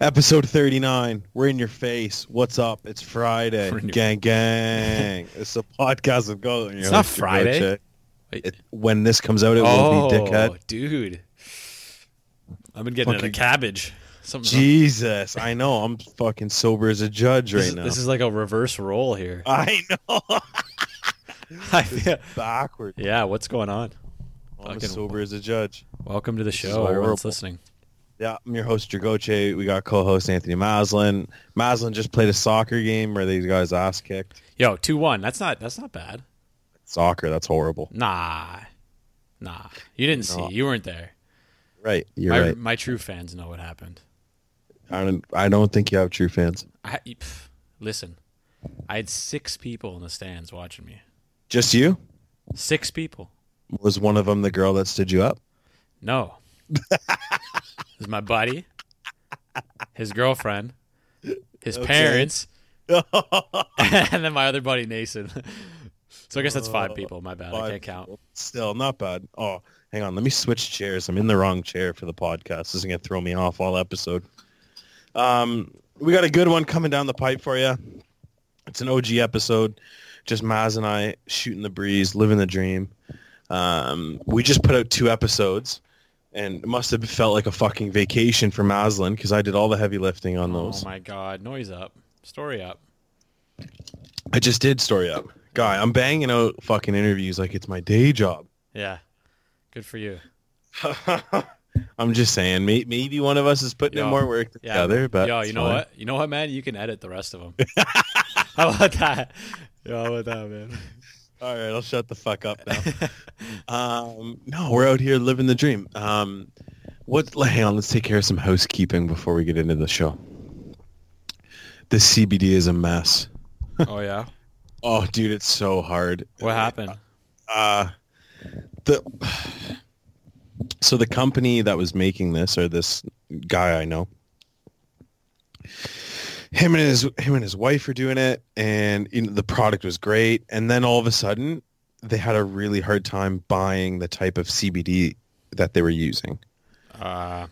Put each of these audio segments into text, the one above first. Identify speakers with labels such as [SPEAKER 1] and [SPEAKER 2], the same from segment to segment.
[SPEAKER 1] Episode 39. We're in your face. What's up? It's Friday.
[SPEAKER 2] We're in your-
[SPEAKER 1] Gang, gang. it's a podcast of gold.
[SPEAKER 2] It's not Friday. Oh, Wait.
[SPEAKER 1] It, when this comes out, it will be dickhead.
[SPEAKER 2] dude. I've been getting
[SPEAKER 1] Fucking-
[SPEAKER 2] in a cabbage. Something's up.
[SPEAKER 1] Jesus. I know. I'm fucking sober as a judge right
[SPEAKER 2] this, is-
[SPEAKER 1] now.
[SPEAKER 2] this is like a reverse roll here.
[SPEAKER 1] I know.
[SPEAKER 2] I feel-
[SPEAKER 1] Backward.
[SPEAKER 2] yeah, what's going on?
[SPEAKER 1] I'm as
[SPEAKER 2] Fucking-
[SPEAKER 1] sober as a judge.
[SPEAKER 2] Welcome to the
[SPEAKER 1] is
[SPEAKER 2] show. Everyone's
[SPEAKER 1] horrible.
[SPEAKER 2] listening.
[SPEAKER 1] Yeah, I'm your host, Dragoche. We got co-host Anthony Maslin. Maslin just played a soccer game where these guys ass kicked.
[SPEAKER 2] Yo, two one. That's not that's not bad.
[SPEAKER 1] Soccer, that's horrible.
[SPEAKER 2] Nah, nah. You didn't
[SPEAKER 1] No.
[SPEAKER 2] see. You weren't there.
[SPEAKER 1] Right, you're
[SPEAKER 2] my
[SPEAKER 1] right.
[SPEAKER 2] my true fans know what happened.
[SPEAKER 1] I don't, I don't think you have true fans.
[SPEAKER 2] I you- pff, listen. I had six people in the stands watching me.
[SPEAKER 1] Just you?
[SPEAKER 2] Six people.
[SPEAKER 1] Was one of them the girl that stood you up?
[SPEAKER 2] No. this is my buddy, his girlfriend, his
[SPEAKER 1] Okay.
[SPEAKER 2] parents, and then my other buddy Nason. So I guess that's five people. My bad. I
[SPEAKER 1] five
[SPEAKER 2] can't count.
[SPEAKER 1] Still, not bad. Oh, hang on. Let me switch chairs. I'm in the wrong chair for the podcast. This is going to throw me off all episode. Um, we got a good one coming down the pipe for you. It's an OG episode. Just Maz and I shooting the breeze, living the dream. Um, we just put out two episodes, and it must have felt like a fucking vacation for Maslin because I did all the heavy lifting on
[SPEAKER 2] Oh
[SPEAKER 1] those.
[SPEAKER 2] my god! Noise up. Story up.
[SPEAKER 1] I just did story up. Guy, I'm banging out fucking interviews like it's my day job.
[SPEAKER 2] Yeah. Good for you.
[SPEAKER 1] I'm just saying, may- maybe one of us is putting in
[SPEAKER 2] Yo.
[SPEAKER 1] more work than the other, but
[SPEAKER 2] yo,
[SPEAKER 1] it's
[SPEAKER 2] you know
[SPEAKER 1] fine.
[SPEAKER 2] what? You know what, man? You can edit the rest of them. how about that? Yo, how about that, man?
[SPEAKER 1] All right, I'll shut the fuck up now. um, no, we're out here living the dream. Um, what? Hang on, let's take care of some housekeeping before we get into the show. The CBD is a mess.
[SPEAKER 2] oh yeah.
[SPEAKER 1] Oh, dude, it's so hard.
[SPEAKER 2] What happened?
[SPEAKER 1] Uh, the so the company that was making this, or this guy I know, him and his him and his wife were doing it, and you know, the product was great. And then all of a sudden, they had a really hard time buying the type of CBD that they were using.
[SPEAKER 2] Uh,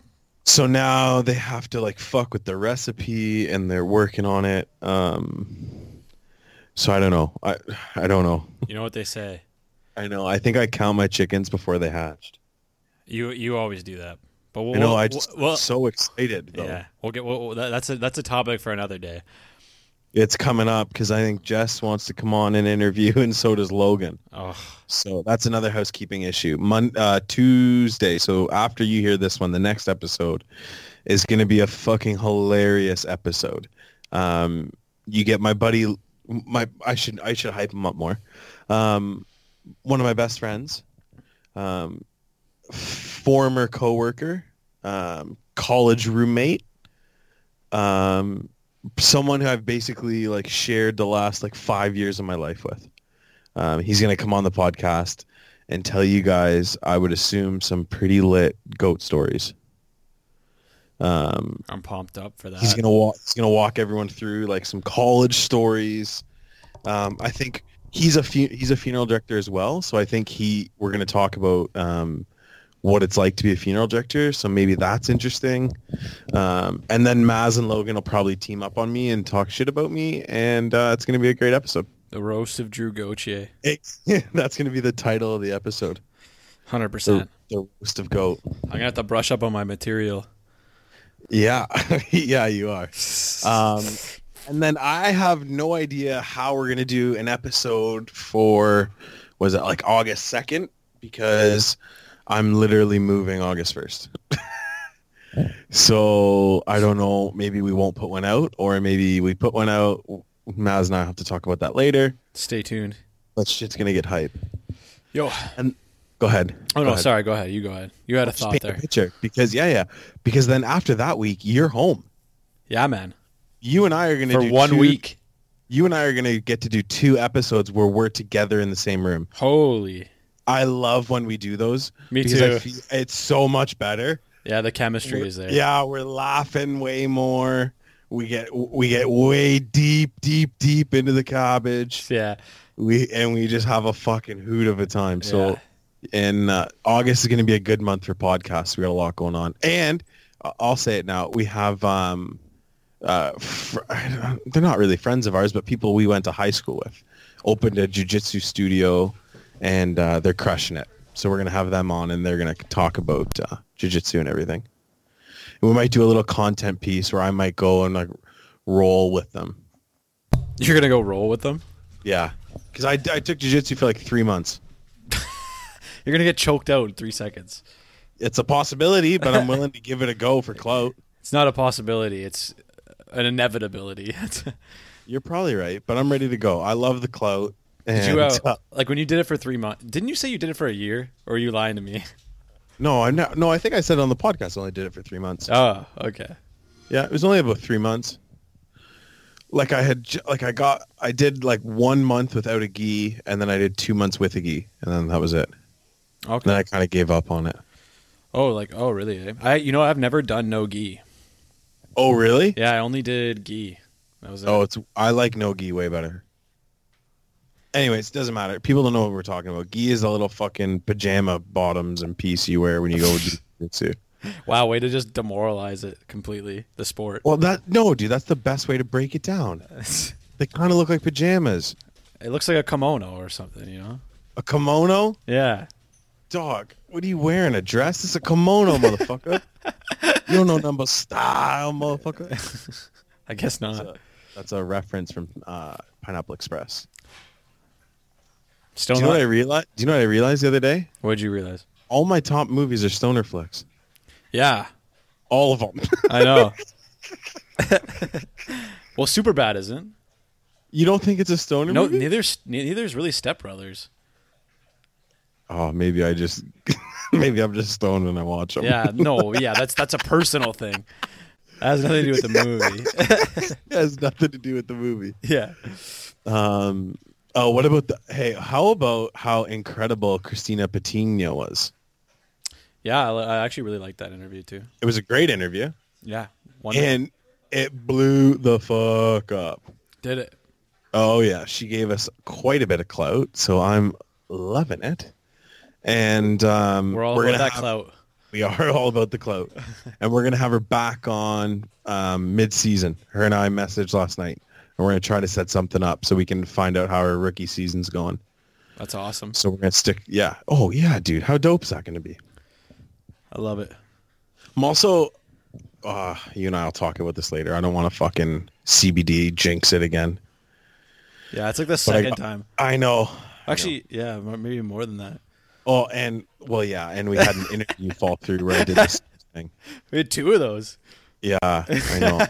[SPEAKER 1] So now they have to like fuck with the recipe, and they're working on it. Um, so I don't know. I I don't know.
[SPEAKER 2] you know what they say.
[SPEAKER 1] I know. I think I count my chickens before they hatched.
[SPEAKER 2] You you always do that. But we'll,
[SPEAKER 1] I know. I
[SPEAKER 2] we'll-
[SPEAKER 1] just
[SPEAKER 2] we'll-
[SPEAKER 1] so excited. Though.
[SPEAKER 2] Yeah, we'll get. We'll, we'll- that- that's a that's a topic for another day.
[SPEAKER 1] It's coming up because I think Jess wants to come on and interview, and so does Logan.
[SPEAKER 2] Oh,
[SPEAKER 1] So that's another housekeeping issue. Mon- uh, Tuesday. So after you hear this one, the next episode is going to be a fucking hilarious episode. Um, you get my buddy. My I should I should hype him up more. Um, one of my best friends, um, former coworker, um, college roommate, um, someone who I've basically like shared the last like five years of my life with. Um, he's going to come on the podcast and tell you guys, I would assume, some pretty lit goat stories. Um,
[SPEAKER 2] I'm pumped up for that.
[SPEAKER 1] he's gonna walk. He's gonna walk everyone through like some college stories. Um, I think he's a fu- he's a funeral director as well, so I think he we're gonna talk about um, what it's like to be a funeral director. So maybe that's interesting. Um, and then Maz and Logan will probably team up on me and talk shit about me, and uh, it's gonna be a great episode.
[SPEAKER 2] the roast of Drew Gauthier,
[SPEAKER 1] that's gonna be the title of the episode.
[SPEAKER 2] hundred
[SPEAKER 1] The,
[SPEAKER 2] percent.
[SPEAKER 1] the roast of goat.
[SPEAKER 2] I'm gonna have to brush up on my material.
[SPEAKER 1] Yeah, yeah, you are.
[SPEAKER 2] Uh,
[SPEAKER 1] Um, and then I have no idea how we're gonna do an episode for was it like August second because I'm literally moving August first. so I don't know. Maybe we won't put one out, or maybe we put one out. Maz and I have to talk about that later.
[SPEAKER 2] Stay tuned.
[SPEAKER 1] That shit's gonna get hype.
[SPEAKER 2] Yo,
[SPEAKER 1] Go ahead.
[SPEAKER 2] oh
[SPEAKER 1] Go
[SPEAKER 2] no,
[SPEAKER 1] ahead.
[SPEAKER 2] sorry. Go ahead. You go ahead. You had a
[SPEAKER 1] Just
[SPEAKER 2] thought
[SPEAKER 1] paint
[SPEAKER 2] there.
[SPEAKER 1] a picture because yeah, yeah. Because then after that week, you're home.
[SPEAKER 2] Yeah, man.
[SPEAKER 1] You and I are gonna
[SPEAKER 2] For
[SPEAKER 1] do
[SPEAKER 2] one
[SPEAKER 1] two-
[SPEAKER 2] week.
[SPEAKER 1] you and I are going to get to do two episodes where we're together in the same room.
[SPEAKER 2] Holy.
[SPEAKER 1] I love when we do those.
[SPEAKER 2] Me
[SPEAKER 1] because I
[SPEAKER 2] too.
[SPEAKER 1] feel it's so much better.
[SPEAKER 2] Yeah, the chemistry is there.
[SPEAKER 1] Yeah, we're laughing way more. We get we get way deep, deep, deep into the cabbage.
[SPEAKER 2] Yeah.
[SPEAKER 1] We and we just have a fucking hoot of a time. So,
[SPEAKER 2] Yeah.
[SPEAKER 1] and uh, August is going to be a good month for podcasts. We got a lot going on, and I- I'll say it now. We have um, uh, fr- I don't- they're not really friends of ours, but people we went to high school with opened a jujitsu studio, and uh, they're crushing it. So we're gonna have them on, and they're gonna talk about uh, jujitsu and everything. And we might do a little content piece where I might go and like roll with them.
[SPEAKER 2] You're gonna go roll with them.
[SPEAKER 1] Yeah, because I, I took jujitsu for like three months.
[SPEAKER 2] You're gonna get choked out in three seconds.
[SPEAKER 1] It's a possibility, but I'm willing to give it a go for clout.
[SPEAKER 2] It's not a possibility. It's an inevitability.
[SPEAKER 1] You're probably right, but I'm ready to go. I love the clout. And,
[SPEAKER 2] Did you uh,
[SPEAKER 1] uh,
[SPEAKER 2] like when you did it for three months? Didn't you say you did it for a year? Or are you lying to me?
[SPEAKER 1] no, I'm not. No, I think I said on the podcast I only did it for three months.
[SPEAKER 2] Oh, okay.
[SPEAKER 1] Yeah, it was only about three months. Like I had, j- like I got, I did like one month without a gi, and then I did two months with a gi, and then that was it.
[SPEAKER 2] Okay.
[SPEAKER 1] Then I kind of gave up on it.
[SPEAKER 2] oh, like oh, really? eh? I you know I've never done no gi.
[SPEAKER 1] Oh, really?
[SPEAKER 2] Yeah, I only did gi. That was it.
[SPEAKER 1] Oh, it's I like no gi way better. Anyways, it doesn't matter. People don't know what we're talking about. Gi is the little fucking pajama bottoms and piece you wear when you go to jiu-jitsu.
[SPEAKER 2] Wow, way to just demoralize it completely. The sport.
[SPEAKER 1] Well, that no, dude, that's the best way to break it down.
[SPEAKER 2] it
[SPEAKER 1] They kind of look like pajamas.
[SPEAKER 2] looks like a kimono or something, you know?
[SPEAKER 1] A kimono,
[SPEAKER 2] Yeah.
[SPEAKER 1] dog. What are you wearing? A dress? It's a kimono, motherfucker. you don't know number style, motherfucker.
[SPEAKER 2] I guess not.
[SPEAKER 1] That's a reference from uh, Pineapple Express.
[SPEAKER 2] Still
[SPEAKER 1] Do you know
[SPEAKER 2] not.
[SPEAKER 1] what I realized? Do you know what I realized the other day?
[SPEAKER 2] What'd you realize?
[SPEAKER 1] All my top movies are stoner flicks.
[SPEAKER 2] Yeah,
[SPEAKER 1] All of them.
[SPEAKER 2] I know. well, super bad isn't.
[SPEAKER 1] you don't think it's a stoner
[SPEAKER 2] No,
[SPEAKER 1] movie?
[SPEAKER 2] neither neither is really Step Brothers.
[SPEAKER 1] oh, maybe I just maybe I'm just stoned when I watch them.
[SPEAKER 2] Yeah, no, yeah, that's that's a personal thing. That has nothing to do with the movie.
[SPEAKER 1] it has nothing to do with the movie.
[SPEAKER 2] yeah.
[SPEAKER 1] Um. Oh, what about the? Hey, how about how incredible Christina Patino was?
[SPEAKER 2] Yeah, I, li- I actually really liked that interview too.
[SPEAKER 1] It was a great interview,
[SPEAKER 2] Yeah. One
[SPEAKER 1] and it blew the fuck up.
[SPEAKER 2] did it.
[SPEAKER 1] Oh yeah, she gave us quite a bit of clout, so I'm loving it. And um,
[SPEAKER 2] We're all
[SPEAKER 1] gonna
[SPEAKER 2] about that
[SPEAKER 1] have-
[SPEAKER 2] clout.
[SPEAKER 1] We are all about the clout, and we're gonna have her back on um, mid-season. Her and I messaged last night, and we're gonna try to set something up so we can find out how her rookie season's going.
[SPEAKER 2] That's awesome.
[SPEAKER 1] So we're gonna stick. Yeah. Oh yeah, dude. How dope's that gonna be?
[SPEAKER 2] I love it.
[SPEAKER 1] I'm also. Uh, you and I'll talk about this later. I don't want to fucking CBD jinx it again.
[SPEAKER 2] Yeah, it's like the
[SPEAKER 1] But I-
[SPEAKER 2] second time.
[SPEAKER 1] I know.
[SPEAKER 2] Actually, yeah, m- maybe more than that.
[SPEAKER 1] Oh, and well, yeah, and we had an interview fall through where I did this thing.
[SPEAKER 2] We had two of those.
[SPEAKER 1] Yeah, I know.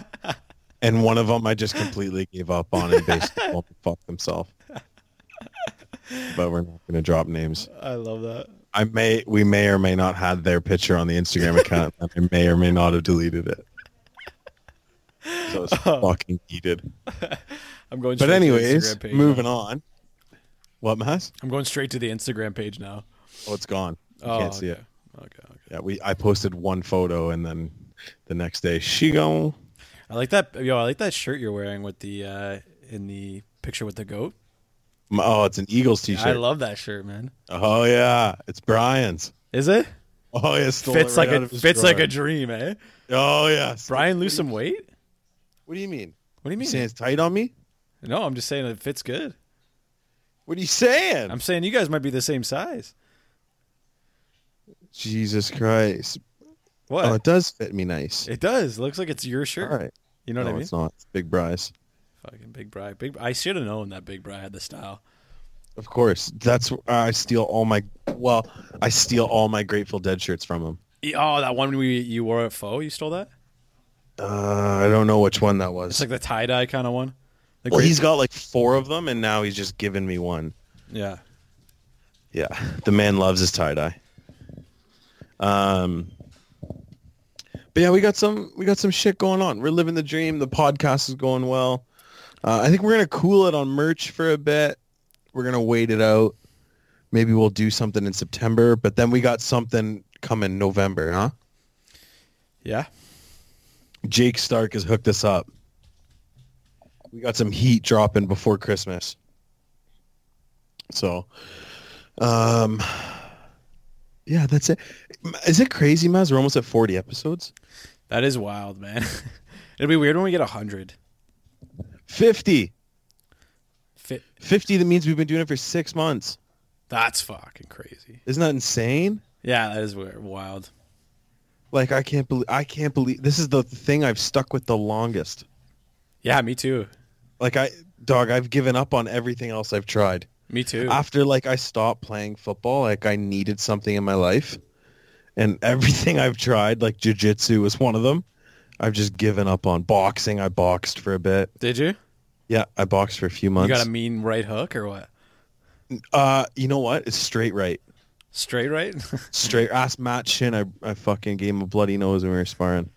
[SPEAKER 1] and one of them I just completely gave up on and basically told him to fuck himself. But we're not gonna drop names.
[SPEAKER 2] I love that.
[SPEAKER 1] I may, we may or may not have their picture on the Instagram account. and I may or may not have deleted it. So it's
[SPEAKER 2] Oh.
[SPEAKER 1] fucking heated.
[SPEAKER 2] I'm going.
[SPEAKER 1] But
[SPEAKER 2] straight to the
[SPEAKER 1] anyways,
[SPEAKER 2] Instagram page
[SPEAKER 1] moving
[SPEAKER 2] now.
[SPEAKER 1] on. What mass?
[SPEAKER 2] I'm going straight to the Instagram page now.
[SPEAKER 1] Oh, it's gone. You
[SPEAKER 2] Oh,
[SPEAKER 1] can't see
[SPEAKER 2] okay.
[SPEAKER 1] it.
[SPEAKER 2] Okay, okay.
[SPEAKER 1] Yeah, we. I posted one photo, and then the next day she gone.
[SPEAKER 2] I like that. Yo, I like that shirt you're wearing with the uh in the picture with the goat.
[SPEAKER 1] Oh, it's an Eagles t-shirt.
[SPEAKER 2] I love that shirt, man.
[SPEAKER 1] oh yeah, it's Brian's.
[SPEAKER 2] Is it?
[SPEAKER 1] Oh yeah, stole
[SPEAKER 2] fits
[SPEAKER 1] it right
[SPEAKER 2] like
[SPEAKER 1] out
[SPEAKER 2] a
[SPEAKER 1] of his
[SPEAKER 2] fits like a
[SPEAKER 1] drawer.
[SPEAKER 2] dream, eh?
[SPEAKER 1] Oh yeah,
[SPEAKER 2] Brian, lose some weight.
[SPEAKER 1] What do you mean?
[SPEAKER 2] What do you
[SPEAKER 1] You
[SPEAKER 2] mean?
[SPEAKER 1] saying it's tight on me?
[SPEAKER 2] no, I'm just saying it fits good.
[SPEAKER 1] What are you saying?
[SPEAKER 2] I'm saying you guys might be the same size.
[SPEAKER 1] Jesus Christ!
[SPEAKER 2] What?
[SPEAKER 1] Oh, it does fit me nice.
[SPEAKER 2] it does. Looks like it's your
[SPEAKER 1] All
[SPEAKER 2] shirt.
[SPEAKER 1] right.
[SPEAKER 2] You know
[SPEAKER 1] no,
[SPEAKER 2] what I mean?
[SPEAKER 1] it's not. It's Big Bryce.
[SPEAKER 2] Fucking Big Bri. Big. I should have known that Big Bri had the style.
[SPEAKER 1] Of course. That's where I steal all my. Well, I steal all my Grateful Dead shirts from him.
[SPEAKER 2] E- Oh, that one we you wore at Faux. You stole that.
[SPEAKER 1] Uh, I don't know which one that was.
[SPEAKER 2] It's like the tie dye kind of one. The
[SPEAKER 1] well,
[SPEAKER 2] great-
[SPEAKER 1] he's got like four of them, and now he's just given me one.
[SPEAKER 2] yeah.
[SPEAKER 1] Yeah, the man loves his tie dye. Um, but yeah, we got some we got some shit going on. We're living the dream. The podcast is going well. Uh, I think we're gonna cool it on merch for a bit. We're gonna wait it out. Maybe we'll do something in September, but then we got something coming November, huh?
[SPEAKER 2] Yeah.
[SPEAKER 1] Jake Stark has hooked us up. We got some heat dropping before Christmas. So, um, yeah, that's it. M- Is it crazy, Maz? We're almost at 40 episodes.
[SPEAKER 2] That is wild, man. It'll be weird when we get 100.
[SPEAKER 1] 50.
[SPEAKER 2] Fit.
[SPEAKER 1] 50, that means we've been doing it for six months.
[SPEAKER 2] That's fucking crazy.
[SPEAKER 1] Isn't that insane?
[SPEAKER 2] Yeah, that is weird. wild.
[SPEAKER 1] Like, I can't believe, I can't believe, this is the thing I've stuck with the longest.
[SPEAKER 2] Yeah, me too.
[SPEAKER 1] Like, I, dog, I've given up on everything else I've tried.
[SPEAKER 2] Me too.
[SPEAKER 1] After, like, I stopped playing football, like, I needed something in my life. And everything I've tried, like, jujitsu was one of them. I've just given up on boxing. I boxed for a bit.
[SPEAKER 2] Did you?
[SPEAKER 1] Yeah, I boxed for a few
[SPEAKER 2] You
[SPEAKER 1] months.
[SPEAKER 2] got a mean right hook or what?
[SPEAKER 1] Uh, you know what? It's straight right.
[SPEAKER 2] Straight right?
[SPEAKER 1] Straight ass Matt Shin. I, I fucking gave him a bloody nose when we were sparring.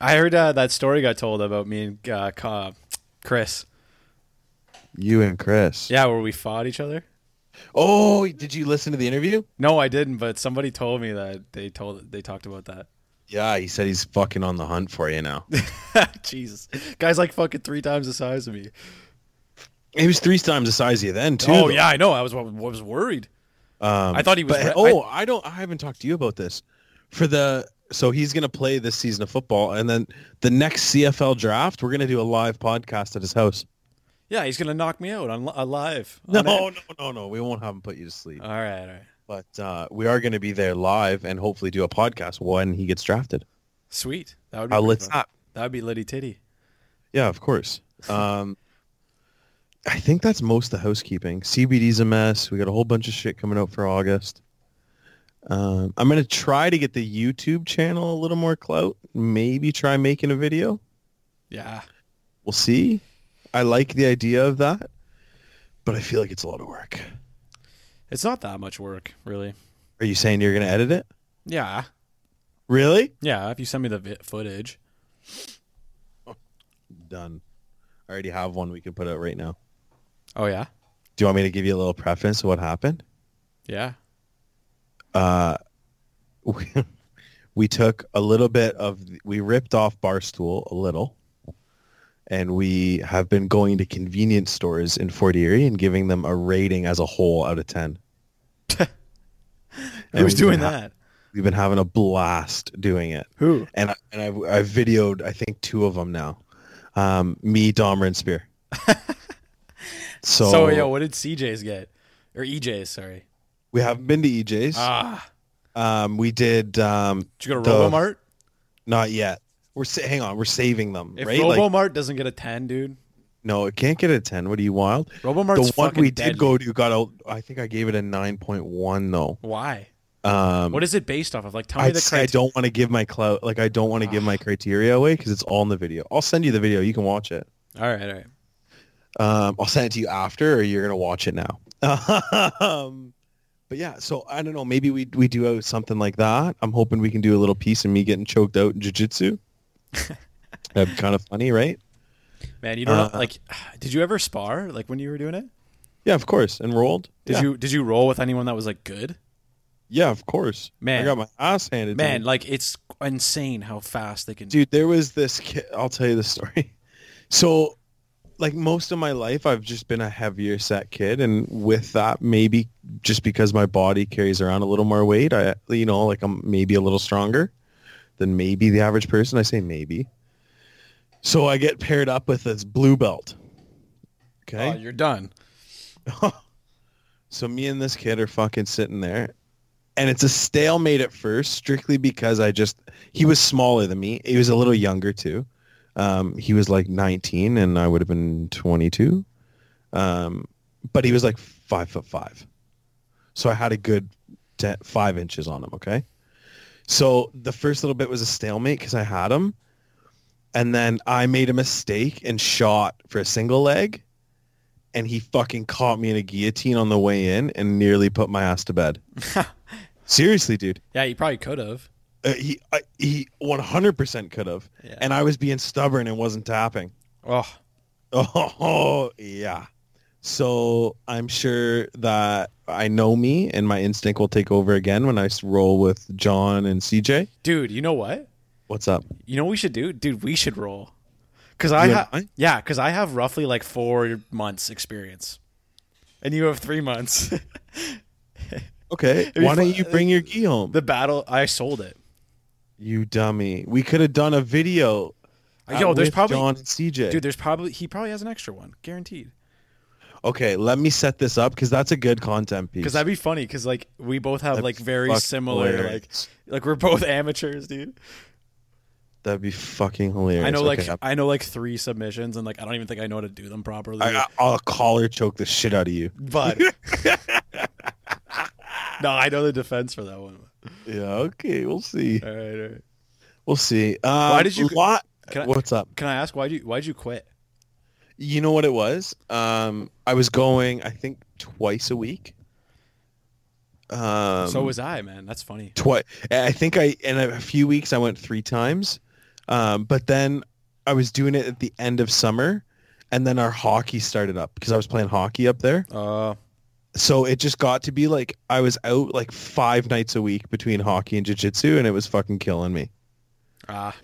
[SPEAKER 2] I heard uh, that story got told about me and uh, Ca- Chris.
[SPEAKER 1] You and Chris.
[SPEAKER 2] Yeah, where we fought each other.
[SPEAKER 1] Oh, did you listen to the interview?
[SPEAKER 2] No, I didn't, but somebody told me that they told they talked about that.
[SPEAKER 1] Yeah, he said he's fucking on the hunt for you now.
[SPEAKER 2] Jesus. Guy's like fucking three times the size of me.
[SPEAKER 1] he was three times the size of you then too.
[SPEAKER 2] oh,
[SPEAKER 1] though.
[SPEAKER 2] yeah, I know. I was I was worried.
[SPEAKER 1] Um,
[SPEAKER 2] I thought he was
[SPEAKER 1] but-
[SPEAKER 2] re-
[SPEAKER 1] oh, I, don't. I haven't talked to you about this. For the so he's gonna play this season of football, and then the next CFL draft, we're gonna do a live podcast at his house.
[SPEAKER 2] Yeah, he's going to knock me out on alive.
[SPEAKER 1] No, no, no, no. We won't have him put you to sleep.
[SPEAKER 2] All right, all right.
[SPEAKER 1] But uh, we are going to be there live and hopefully do a podcast when he gets drafted.
[SPEAKER 2] Sweet. That would be
[SPEAKER 1] How
[SPEAKER 2] pretty
[SPEAKER 1] lit's
[SPEAKER 2] fun.
[SPEAKER 1] up?
[SPEAKER 2] That would be Liddy Titty.
[SPEAKER 1] Yeah, of course. Um, I think that's most of the housekeeping. CBD's a mess. We got a whole bunch of shit coming out for August. Um, I'm going to try to get the YouTube channel a little more clout. Maybe try making a video.
[SPEAKER 2] Yeah.
[SPEAKER 1] We'll see. I like the idea of that, but I feel like it's a lot of work.
[SPEAKER 2] It's not that much work, really.
[SPEAKER 1] Are you saying you're going to edit it?
[SPEAKER 2] Yeah.
[SPEAKER 1] Really?
[SPEAKER 2] Yeah, if you send me the vi- footage.
[SPEAKER 1] Done. I already have one we can put out right now.
[SPEAKER 2] Oh, yeah?
[SPEAKER 1] Do you want me to give you a little preference of what happened?
[SPEAKER 2] Yeah.
[SPEAKER 1] Uh, we, we took a little bit of, the- we ripped off Barstool a little, and we have been going to convenience stores in Fort Erie and giving them a rating as a whole out of 10. And
[SPEAKER 2] Who's
[SPEAKER 1] we've been
[SPEAKER 2] doing
[SPEAKER 1] ha-
[SPEAKER 2] that?
[SPEAKER 1] we've been having a blast doing it.
[SPEAKER 2] Who?
[SPEAKER 1] And, I, and I've, I've videoed, I think, two of them now. Um, me, Dom Rinspear. so
[SPEAKER 2] So, yo, what did CJ's get? Or EJ's, sorry.
[SPEAKER 1] we haven't been to EJ's.
[SPEAKER 2] Ah.
[SPEAKER 1] Um, we did. Um,
[SPEAKER 2] Did you go to
[SPEAKER 1] the-
[SPEAKER 2] Robomart?
[SPEAKER 1] Not yet. We're sa- hang on. We're saving them,
[SPEAKER 2] If
[SPEAKER 1] right? Like,
[SPEAKER 2] Robomart doesn't get a 10, dude,
[SPEAKER 1] no, it can't get a ten. What are you wild?
[SPEAKER 2] Robomart's
[SPEAKER 1] the one
[SPEAKER 2] fucking
[SPEAKER 1] we did
[SPEAKER 2] deadly.
[SPEAKER 1] go to got out. I think I gave it a nine point one though.
[SPEAKER 2] Why?
[SPEAKER 1] Um,
[SPEAKER 2] What is it based off of? Like, tell me
[SPEAKER 1] I'd
[SPEAKER 2] the
[SPEAKER 1] say I
[SPEAKER 2] criteria.
[SPEAKER 1] don't want to give my clout. Like I don't want to give my criteria away because it's all in the video. I'll send you the video. You can watch it.
[SPEAKER 2] All right, all right.
[SPEAKER 1] Um, I'll send it to you after, or you're gonna watch it now. um, but yeah, so I don't know. Maybe we we do something like that. I'm hoping we can do a little piece of me getting choked out in jujitsu. That'd be kind of funny, right?
[SPEAKER 2] Man, you don't know,
[SPEAKER 1] Uh,
[SPEAKER 2] like. Did you ever spar like when you were doing it?
[SPEAKER 1] Yeah, of course. Enrolled.
[SPEAKER 2] Did
[SPEAKER 1] yeah.
[SPEAKER 2] you did you roll with anyone that was like good?
[SPEAKER 1] Yeah, of course.
[SPEAKER 2] Man.
[SPEAKER 1] I got my ass handed.
[SPEAKER 2] Man,
[SPEAKER 1] to me.
[SPEAKER 2] like it's insane how fast they can.
[SPEAKER 1] dude, there was this. Kid, I'll tell you the story. So, like most of my life, I've just been a heavier set kid, and with that, maybe just because my body carries around a little more weight, I, you know, like I'm maybe a little stronger than maybe the average person. I say maybe. So I get paired up with this blue belt. Okay.
[SPEAKER 2] Oh, you're done.
[SPEAKER 1] So me and this kid are fucking sitting there, and it's a stalemate at first, strictly because I just he was smaller than me. He was a little younger too. Um, he was like 19, and I would have been 22. Um, but he was like five foot five, so I had a good te- five inches on him. Okay, so the first little bit was a stalemate because I had him, and then I made a mistake and shot for a single leg and he fucking caught me in a guillotine on the way in and nearly put my ass to bed. Seriously, dude.
[SPEAKER 2] Yeah, you probably could have.
[SPEAKER 1] Uh, he I, he 100% could have.
[SPEAKER 2] Yeah.
[SPEAKER 1] And I was being stubborn and wasn't tapping.
[SPEAKER 2] Oh,
[SPEAKER 1] Oh, yeah. So I'm sure that I know me and my instinct will take over again when I s- roll with John and CJ.
[SPEAKER 2] dude, you know what?
[SPEAKER 1] What's up?
[SPEAKER 2] You know what we should do, dude. We should roll. Cause I
[SPEAKER 1] You
[SPEAKER 2] ha-
[SPEAKER 1] and I?
[SPEAKER 2] yeah, cause I have roughly like four months experience, and you have three months.
[SPEAKER 1] Okay.
[SPEAKER 2] be
[SPEAKER 1] Why
[SPEAKER 2] fu-
[SPEAKER 1] don't you bring your gi home?
[SPEAKER 2] the battle, I sold it.
[SPEAKER 1] You dummy. We could have done a video.
[SPEAKER 2] Uh, yo, there's
[SPEAKER 1] with
[SPEAKER 2] probably-
[SPEAKER 1] John and CJ.
[SPEAKER 2] Dude, there's probably he probably has an extra one, guaranteed.
[SPEAKER 1] okay, let me set this up because that's a good content piece.
[SPEAKER 2] Because that'd be funny. Because like we both have
[SPEAKER 1] That'd
[SPEAKER 2] like
[SPEAKER 1] be
[SPEAKER 2] very
[SPEAKER 1] fucking
[SPEAKER 2] similar.
[SPEAKER 1] hilarious.
[SPEAKER 2] Like like we're both amateurs, dude.
[SPEAKER 1] That'd be fucking hilarious.
[SPEAKER 2] I know
[SPEAKER 1] Okay,
[SPEAKER 2] like I know like three submissions, and like I don't even think I know how to do them properly.
[SPEAKER 1] I, I'll collar choke the shit out of you.
[SPEAKER 2] but
[SPEAKER 1] uh,
[SPEAKER 2] no, I know the defense for that one.
[SPEAKER 1] Yeah. Okay. We'll see.
[SPEAKER 2] All right, all right.
[SPEAKER 1] We'll see. Uh, Why
[SPEAKER 2] did you-
[SPEAKER 1] Lot,
[SPEAKER 2] Can I-
[SPEAKER 1] what's up?
[SPEAKER 2] Can I ask why you why'd you quit?
[SPEAKER 1] You know what it was? Um, I was going, I think, twice a week. Um,
[SPEAKER 2] so was I, man. That's funny.
[SPEAKER 1] twi- I think I in a few weeks I went three times, um, but then I was doing it at the end of summer, and then our hockey started up because I was playing hockey up there.
[SPEAKER 2] Uh,
[SPEAKER 1] So it just got to be like I was out like five nights a week between hockey and jiu-jitsu, and it was fucking killing me.
[SPEAKER 2] ah,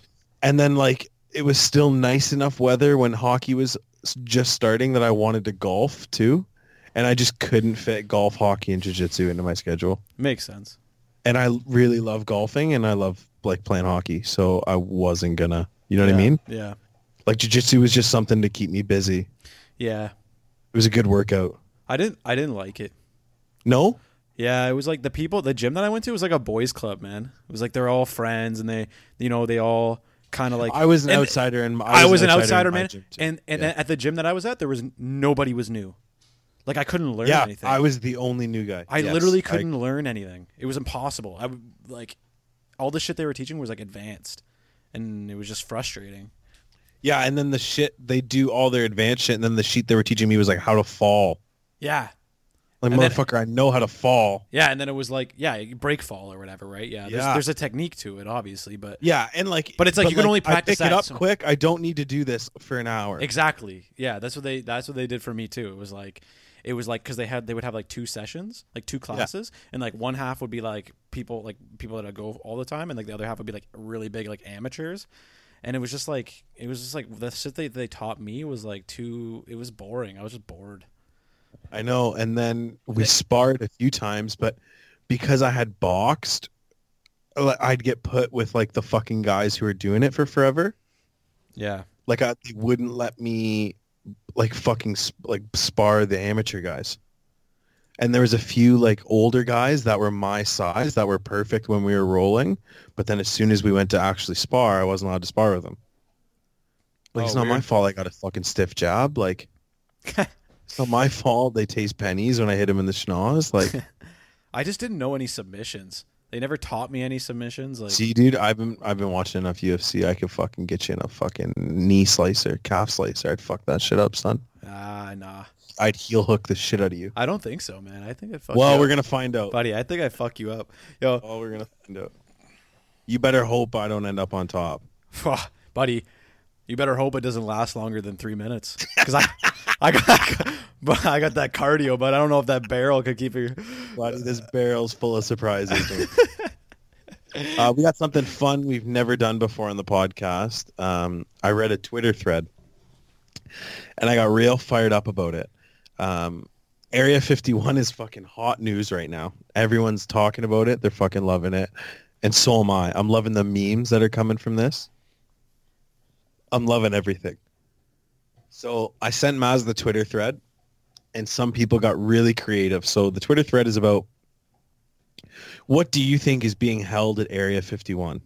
[SPEAKER 1] And then like it was still nice enough weather when hockey was s- just starting that I wanted to golf too, and I just couldn't fit golf, hockey, and jiu-jitsu into my schedule
[SPEAKER 2] makes sense.
[SPEAKER 1] and I really love golfing and I love like playing hockey. So I wasn't gonna, you know what I
[SPEAKER 2] Yeah,
[SPEAKER 1] mean?
[SPEAKER 2] Yeah,
[SPEAKER 1] Like jujitsu was just something to keep me busy. It
[SPEAKER 2] yeah.
[SPEAKER 1] was a good workout.
[SPEAKER 2] I didn't I didn't like it.
[SPEAKER 1] No,
[SPEAKER 2] Yeah, it was like the people, the gym that I went to was like a boys club, man. It was like they're all friends and they, you know, they all kind of like.
[SPEAKER 1] I was an
[SPEAKER 2] and-
[SPEAKER 1] outsider and
[SPEAKER 2] I was an
[SPEAKER 1] in
[SPEAKER 2] outsider,
[SPEAKER 1] my
[SPEAKER 2] man.
[SPEAKER 1] gym too.
[SPEAKER 2] And and
[SPEAKER 1] Yeah.
[SPEAKER 2] at the gym that I was at, there was nobody was new. Like I couldn't learn
[SPEAKER 1] yeah,
[SPEAKER 2] anything.
[SPEAKER 1] I was the only new guy.
[SPEAKER 2] I
[SPEAKER 1] Yes,
[SPEAKER 2] literally couldn't learn anything. It was impossible. I w- like all the shit they were teaching was like advanced, and it was just frustrating.
[SPEAKER 1] yeah, and then the shit they do all their advanced shit, and then the sheet they were teaching me was like how to fall.
[SPEAKER 2] Yeah,
[SPEAKER 1] Like
[SPEAKER 2] And then-
[SPEAKER 1] motherfucker, I know how to fall.
[SPEAKER 2] yeah. And then it was like yeah, break fall or whatever, right? Yeah. There's,
[SPEAKER 1] Yeah.
[SPEAKER 2] there's a technique to it, obviously, but
[SPEAKER 1] Yeah, and like,
[SPEAKER 2] But it's like you can only practice
[SPEAKER 1] I pick
[SPEAKER 2] that
[SPEAKER 1] it up
[SPEAKER 2] so-
[SPEAKER 1] quick. I don't need to do this for an hour.
[SPEAKER 2] Exactly. Yeah, that's what they that's what they did for me too. It was like it was like cuz they had they would have like two sessions, like two classes, and like one half would be like people like people that go all the time and like the other half would be like really big like amateurs. And it was just like it was just like the shit they they taught me was like too it was boring. I was just bored.
[SPEAKER 1] I know. And then we sparred a few times, but because I had boxed, li- I'd get put with like the fucking guys who were doing it for forever.
[SPEAKER 2] Yeah.
[SPEAKER 1] Like I, they wouldn't let me like fucking sp- like spar the amateur guys. And there was a few like older guys that were my size that were perfect when we were rolling, but then as soon as we went to actually spar, I wasn't allowed to spar with them. Like
[SPEAKER 2] Oh,
[SPEAKER 1] it's not my
[SPEAKER 2] weird.
[SPEAKER 1] fault I got a fucking stiff jab. Like it's not my fault they taste pennies when I hit them in the schnoz. Like
[SPEAKER 2] I just didn't know any submissions. They never taught me any submissions like
[SPEAKER 1] See, dude, I've been I've been watching enough UFC. I could fucking get you in a fucking knee slicer, calf slicer. I'd fuck that shit up, son.
[SPEAKER 2] ah nah.
[SPEAKER 1] I'd heel hook the shit out of you.
[SPEAKER 2] I don't think so, man. I think I fuck
[SPEAKER 1] Oh, Well,
[SPEAKER 2] you
[SPEAKER 1] we're
[SPEAKER 2] up.
[SPEAKER 1] gonna find out.
[SPEAKER 2] buddy, I think I fuck you up. Yo,
[SPEAKER 1] Well, we're gonna find out. You better hope I don't end up on top.
[SPEAKER 2] Phew, buddy, you better hope it doesn't last longer than three minutes. Because I, I got, but I got that cardio, but I don't know if that barrel could keep you.
[SPEAKER 1] Buddy, this barrel's full of surprises. dude. uh, we got something fun we've never done before on the podcast. Um, I read a Twitter thread, and I got real fired up about it. Um, Area 51 is fucking hot news right now. Everyone's talking about it. They're fucking loving it. And so am I. I'm loving the memes that are coming from this. I'm loving everything. So I sent Maz the Twitter thread and some people got really creative. So the Twitter thread is about what do you think is being held at Area 51?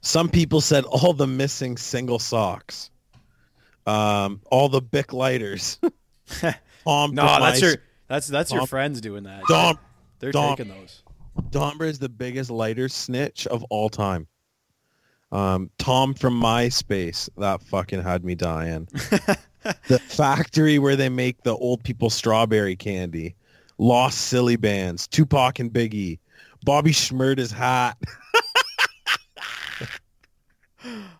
[SPEAKER 1] Some people said all the missing single socks, um, all the Bic lighters. Dom
[SPEAKER 2] No, that's your that's that's your
[SPEAKER 1] Tom-
[SPEAKER 2] friends doing that.
[SPEAKER 1] Dom.
[SPEAKER 2] They're
[SPEAKER 1] Dom.
[SPEAKER 2] taking those.
[SPEAKER 1] Dombra is the biggest lighter snitch of all time. Um, Tom from MySpace, that fucking had me dying. the factory where they make the old people strawberry candy. Lost Silly Bands, Tupac and Biggie, Bobby Schmurda's hat.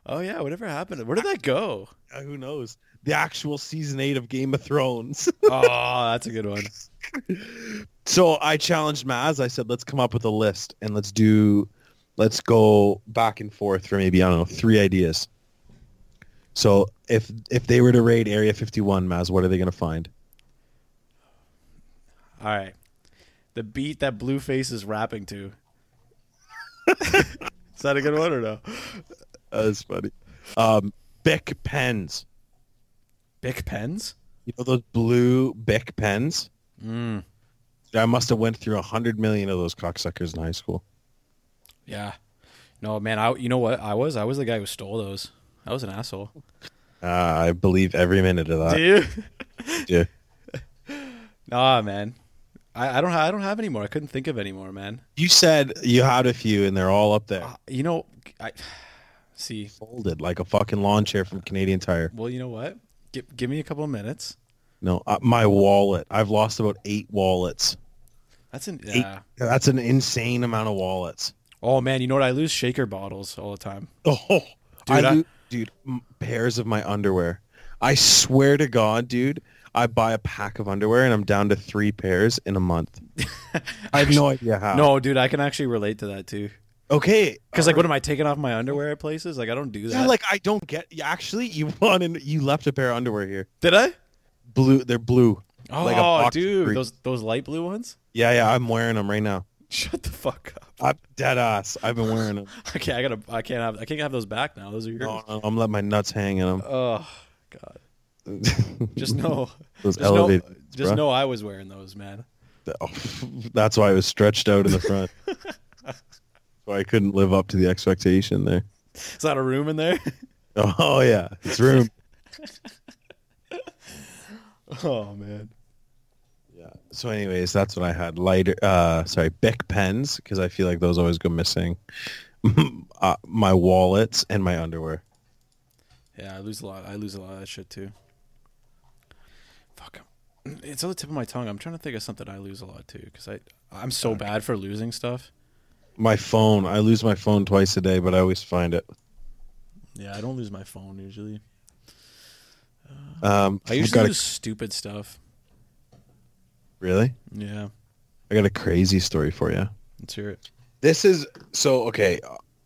[SPEAKER 2] Oh yeah, whatever happened? Where did that go?
[SPEAKER 1] Uh, Who knows? The actual season eight of Game of Thrones.
[SPEAKER 2] oh, that's a good one.
[SPEAKER 1] so I challenged Maz. I said, let's come up with a list and let's do, let's go back and forth for maybe, I don't know, three ideas. So if if they were to raid Area 51, Maz, what are they going to find?
[SPEAKER 2] All right, the beat that Blueface is rapping to. Is that a good one or no?
[SPEAKER 1] That's funny. Um, Bic pens.
[SPEAKER 2] Bic pens.
[SPEAKER 1] You know those blue Bic pens?
[SPEAKER 2] Mm.
[SPEAKER 1] I must have went through a hundred million of those cocksuckers in high school.
[SPEAKER 2] Yeah. No, man. I. You know what? I was. I was the guy who stole those. I was an asshole.
[SPEAKER 1] Uh, I believe every minute of that.
[SPEAKER 2] Dude.
[SPEAKER 1] Yeah.
[SPEAKER 2] Nah, man. I, I don't. Ha- I don't have any more. I couldn't think of any more, man.
[SPEAKER 1] You said you had a few, and they're all up there,
[SPEAKER 2] Uh, you know, I see.
[SPEAKER 1] folded like a fucking lawn chair from Canadian Tire.
[SPEAKER 2] Well, you know what? Give, give me a couple of minutes.
[SPEAKER 1] No, uh, my wallet. I've lost about eight wallets.
[SPEAKER 2] That's an
[SPEAKER 1] Eight.
[SPEAKER 2] yeah.
[SPEAKER 1] That's an insane amount of wallets.
[SPEAKER 2] Oh man, you know what? I lose shaker bottles all the time.
[SPEAKER 1] Oh,
[SPEAKER 2] Dude,
[SPEAKER 1] I,
[SPEAKER 2] I-
[SPEAKER 1] lo- dude, m- pairs of my underwear. I swear to God, dude, I buy a pack of underwear and I'm down to three pairs in a month. I have no idea how.
[SPEAKER 2] No, dude, I can actually relate to that too.
[SPEAKER 1] Okay.
[SPEAKER 2] Because like, what am I taking off my underwear at places? Like, I don't do that.
[SPEAKER 1] Yeah, like I don't get. yeah, Actually, you wanted you left a pair of underwear here.
[SPEAKER 2] did I?
[SPEAKER 1] Blue, they're blue.
[SPEAKER 2] Oh,
[SPEAKER 1] like a box of
[SPEAKER 2] dude,
[SPEAKER 1] three.
[SPEAKER 2] those those light blue ones.
[SPEAKER 1] Yeah, yeah, I'm wearing them right now.
[SPEAKER 2] Shut the fuck up.
[SPEAKER 1] I'm dead ass. I've been wearing them.
[SPEAKER 2] Okay, I gotta. I can't have. I can't have those back now. Those are yours.
[SPEAKER 1] No, no, I'm letting my nuts hang in them.
[SPEAKER 2] Oh god. Just know.
[SPEAKER 1] Those
[SPEAKER 2] just know,
[SPEAKER 1] elevated ones,
[SPEAKER 2] just
[SPEAKER 1] bruh.
[SPEAKER 2] know I was wearing those, man.
[SPEAKER 1] That's why I was stretched out in the front. so I couldn't live up to the expectation there.
[SPEAKER 2] Is that a room in there?
[SPEAKER 1] Oh yeah, it's room.
[SPEAKER 2] oh man.
[SPEAKER 1] yeah. So, anyways, that's what I had. Lighter, uh, sorry, Bic pens because I feel like those always go missing. uh, my wallets and my underwear.
[SPEAKER 2] Yeah, I lose a lot. I lose a lot of that shit too. Fuck. I'm- It's on the tip of my tongue. I'm trying to think of something I lose a lot too, because I I'm so bad for losing stuff.
[SPEAKER 1] My phone. I lose my phone twice a day, but I always find it.
[SPEAKER 2] Yeah, I don't lose my phone usually.
[SPEAKER 1] Um,
[SPEAKER 2] I usually
[SPEAKER 1] got a,
[SPEAKER 2] lose stupid stuff.
[SPEAKER 1] really.
[SPEAKER 2] Yeah,
[SPEAKER 1] I got a crazy story for you.
[SPEAKER 2] let's hear it.
[SPEAKER 1] This is so okay.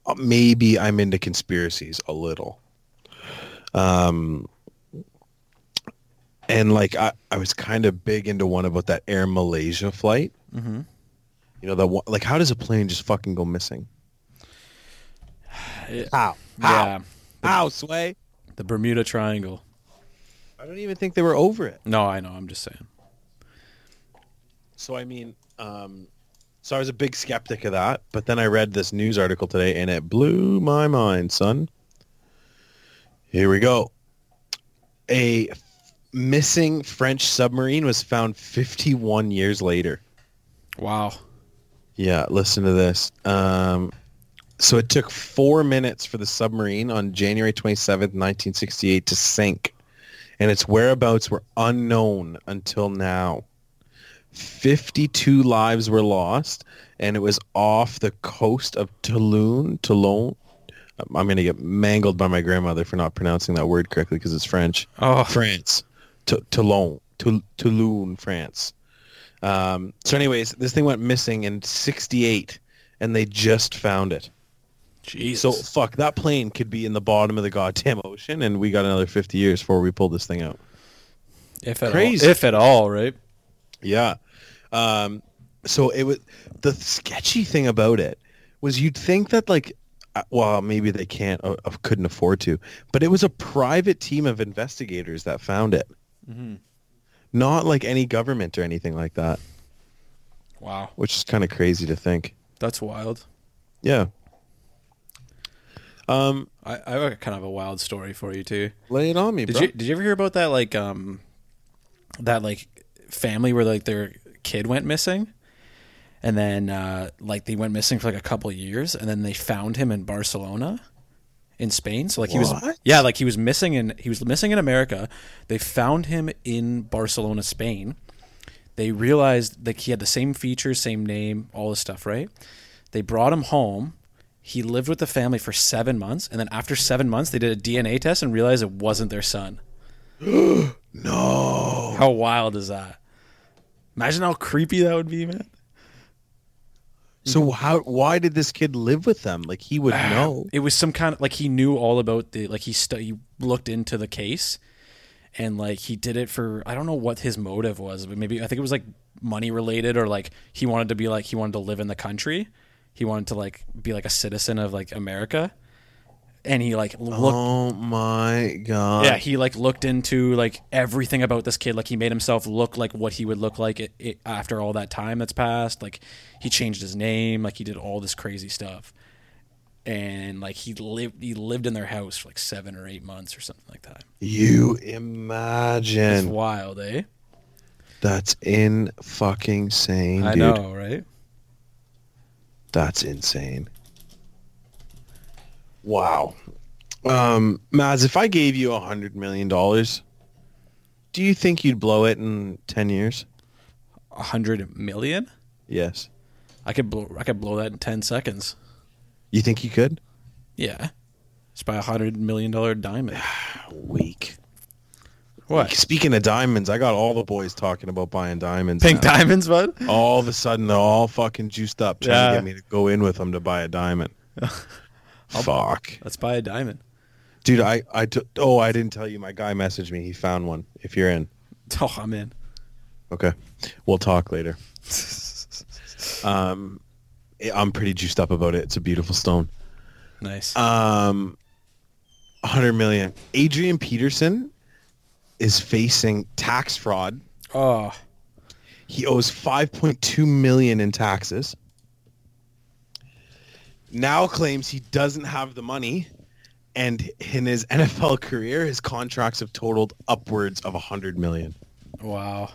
[SPEAKER 1] uh, Maybe I'm into conspiracies a little. Um, and like I, I was kind of big into one about that Air Malaysia flight.
[SPEAKER 2] Mm-hmm.
[SPEAKER 1] You know that one, like how does a plane just fucking go missing?
[SPEAKER 2] Yeah.
[SPEAKER 1] How?
[SPEAKER 2] Yeah,
[SPEAKER 1] How? Sway?
[SPEAKER 2] the Bermuda Triangle.
[SPEAKER 1] I don't even think they were over it.
[SPEAKER 2] No, I know. I'm just saying.
[SPEAKER 1] So I mean, um, so I was a big skeptic of that, but then I read this news article today and it blew my mind, son. Here we go. A f- missing French submarine was found 51 years later.
[SPEAKER 2] Wow.
[SPEAKER 1] Yeah, listen to this. Um, so it took four minutes for the submarine on January 27th, 1968 to sink, and its whereabouts were unknown until now. 52 lives were lost, and it was off the coast of Toulon. Toulon. I'm going to get mangled by my grandmother for not pronouncing that word correctly because it's French.
[SPEAKER 2] Oh,
[SPEAKER 1] France, T- Toulon, Toul- Toulon, France. Um, so, anyways, this thing went missing in '68, and they just found it.
[SPEAKER 2] Jesus.
[SPEAKER 1] So, fuck, that plane could be in the bottom of the goddamn ocean, and we got another 50 years before we pull this thing out.
[SPEAKER 2] if at
[SPEAKER 1] crazy.
[SPEAKER 2] all, if at all, right?
[SPEAKER 1] Yeah. Um, so it was the sketchy thing about it was you'd think that like, uh, well, maybe they can't, uh, uh, couldn't afford to, but it was a private team of investigators that found it,
[SPEAKER 2] Mm-hmm.
[SPEAKER 1] not like any government or anything like that,
[SPEAKER 2] Wow,
[SPEAKER 1] which is kind of crazy to think.
[SPEAKER 2] that's wild.
[SPEAKER 1] Yeah. Um,
[SPEAKER 2] I, I have a kind of a wild story for you too.
[SPEAKER 1] lay it on me,
[SPEAKER 2] Did
[SPEAKER 1] bro.
[SPEAKER 2] you did you ever hear about that like um that like family where like their kid went missing? And then uh like they went missing for like a couple years and then they found him in Barcelona in Spain. So like he was
[SPEAKER 1] What?
[SPEAKER 2] Yeah, like he was missing in he was missing in America. They found him in Barcelona, Spain. They realized like he had the same features, same name, all this stuff, right? They brought him home. He lived with the family for seven months, and then after seven months, they did a DNA test and realized it wasn't their son.
[SPEAKER 1] no.
[SPEAKER 2] How wild is that? Imagine how creepy that would be, man.
[SPEAKER 1] So how, why did this kid live with them? Like he would know.
[SPEAKER 2] It was some kind of like he knew all about the like he stu- he looked into the case, and like he did it for I don't know what his motive was, but maybe I think it was like money related or like he wanted to be like he wanted to live in the country. he wanted to like be like a citizen of like America, and he like looked
[SPEAKER 1] Oh my god.
[SPEAKER 2] yeah, he like looked into like everything about this kid. Like he made himself look like what he would look like it, it, after all that time that's passed. Like he changed his name. Like he did all this crazy stuff, and like he lived he lived in their house for like seven or eight months or something like that.
[SPEAKER 1] You
[SPEAKER 2] It's
[SPEAKER 1] imagine.
[SPEAKER 2] wild, eh?
[SPEAKER 1] That's in fucking sane,
[SPEAKER 2] I
[SPEAKER 1] dude.
[SPEAKER 2] know, right?
[SPEAKER 1] That's insane. Wow. Um, Maz, if I gave you a hundred million dollars, do you think you'd blow it in ten years?
[SPEAKER 2] A hundred million.
[SPEAKER 1] Yes.
[SPEAKER 2] I could blow I could blow that in ten seconds.
[SPEAKER 1] You think you could?
[SPEAKER 2] Yeah, just buy a hundred million dollar diamond.
[SPEAKER 1] Weak.
[SPEAKER 2] What?
[SPEAKER 1] Speaking of diamonds, I got all the boys talking about buying diamonds.
[SPEAKER 2] Pink
[SPEAKER 1] now.
[SPEAKER 2] diamonds, bud.
[SPEAKER 1] All of a sudden, they're all fucking juiced up, trying
[SPEAKER 2] Yeah.
[SPEAKER 1] to get me to go in with them to buy a diamond. Fuck,
[SPEAKER 2] Let's buy a diamond.
[SPEAKER 1] dude. I I took. Oh, I didn't tell you. My guy messaged me. He found one. If you're in,
[SPEAKER 2] Oh, I'm in.
[SPEAKER 1] okay, we'll talk later. Um, I- I'm pretty juiced up about it. It's a beautiful stone.
[SPEAKER 2] Nice.
[SPEAKER 1] Um, 100 million. Adrian Peterson is facing tax fraud.
[SPEAKER 2] oh.
[SPEAKER 1] He owes 5.2 million in taxes. Now claims he doesn't have the money and in his NFL career his contracts have totaled upwards of 100 million.
[SPEAKER 2] Wow,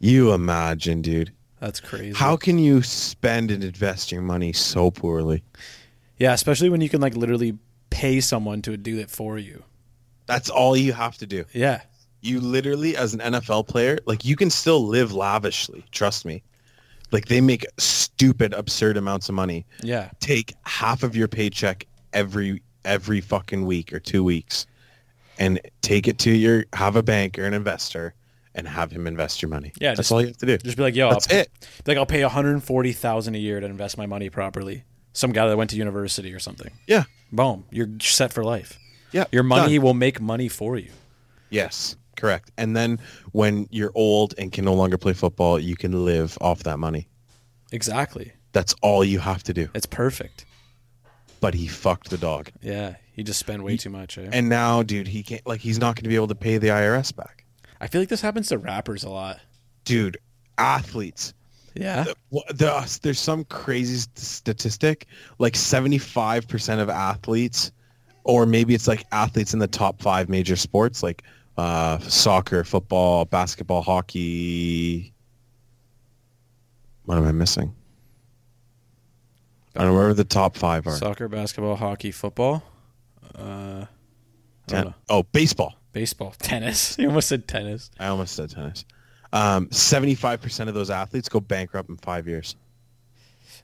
[SPEAKER 1] You imagine, dude.
[SPEAKER 2] that's crazy.
[SPEAKER 1] How can you spend and invest your money so poorly?
[SPEAKER 2] Yeah, especially when you can like literally pay someone to do it for you.
[SPEAKER 1] That's all you have to do.
[SPEAKER 2] Yeah,
[SPEAKER 1] You literally as an NFL player, like you can still live lavishly, trust me. Like they make stupid absurd amounts of money.
[SPEAKER 2] yeah,
[SPEAKER 1] take half of your paycheck every every fucking week or two weeks and take it to your have a bank or an investor and have him invest your money.
[SPEAKER 2] Yeah,
[SPEAKER 1] that's
[SPEAKER 2] just-
[SPEAKER 1] all you have to do.
[SPEAKER 2] just be like, yo,
[SPEAKER 1] that's
[SPEAKER 2] I'll,
[SPEAKER 1] it.
[SPEAKER 2] like I'll pay one hundred forty thousand a year to invest my money properly. Some guy that went to university or something.
[SPEAKER 1] Yeah.
[SPEAKER 2] Boom, you're set for life.
[SPEAKER 1] Yeah.
[SPEAKER 2] Your money
[SPEAKER 1] done.
[SPEAKER 2] will make money for you.
[SPEAKER 1] Yes, correct. And then when you're old and can no longer play football, you can live off that money.
[SPEAKER 2] Exactly.
[SPEAKER 1] That's all you have to do.
[SPEAKER 2] It's perfect.
[SPEAKER 1] But he fucked the dog.
[SPEAKER 2] Yeah, you just spend way too much. Eh?
[SPEAKER 1] And now, dude, he can't like he's not going to be able to pay the IRS back.
[SPEAKER 2] I feel like this happens to rappers a lot.
[SPEAKER 1] Dude, athletes
[SPEAKER 2] Yeah.
[SPEAKER 1] Well, there- there's some crazy st- statistic like 75% of athletes or maybe it's like athletes in the top five major sports like uh, soccer football basketball hockey what am i missing i don't remember the top five are
[SPEAKER 2] Soccer, basketball, hockey, football, uh, I don't
[SPEAKER 1] Ten-
[SPEAKER 2] know.
[SPEAKER 1] oh baseball
[SPEAKER 2] baseball, tennis. You almost said tennis.
[SPEAKER 1] i almost said tennis um, 75% of those athletes go bankrupt in five years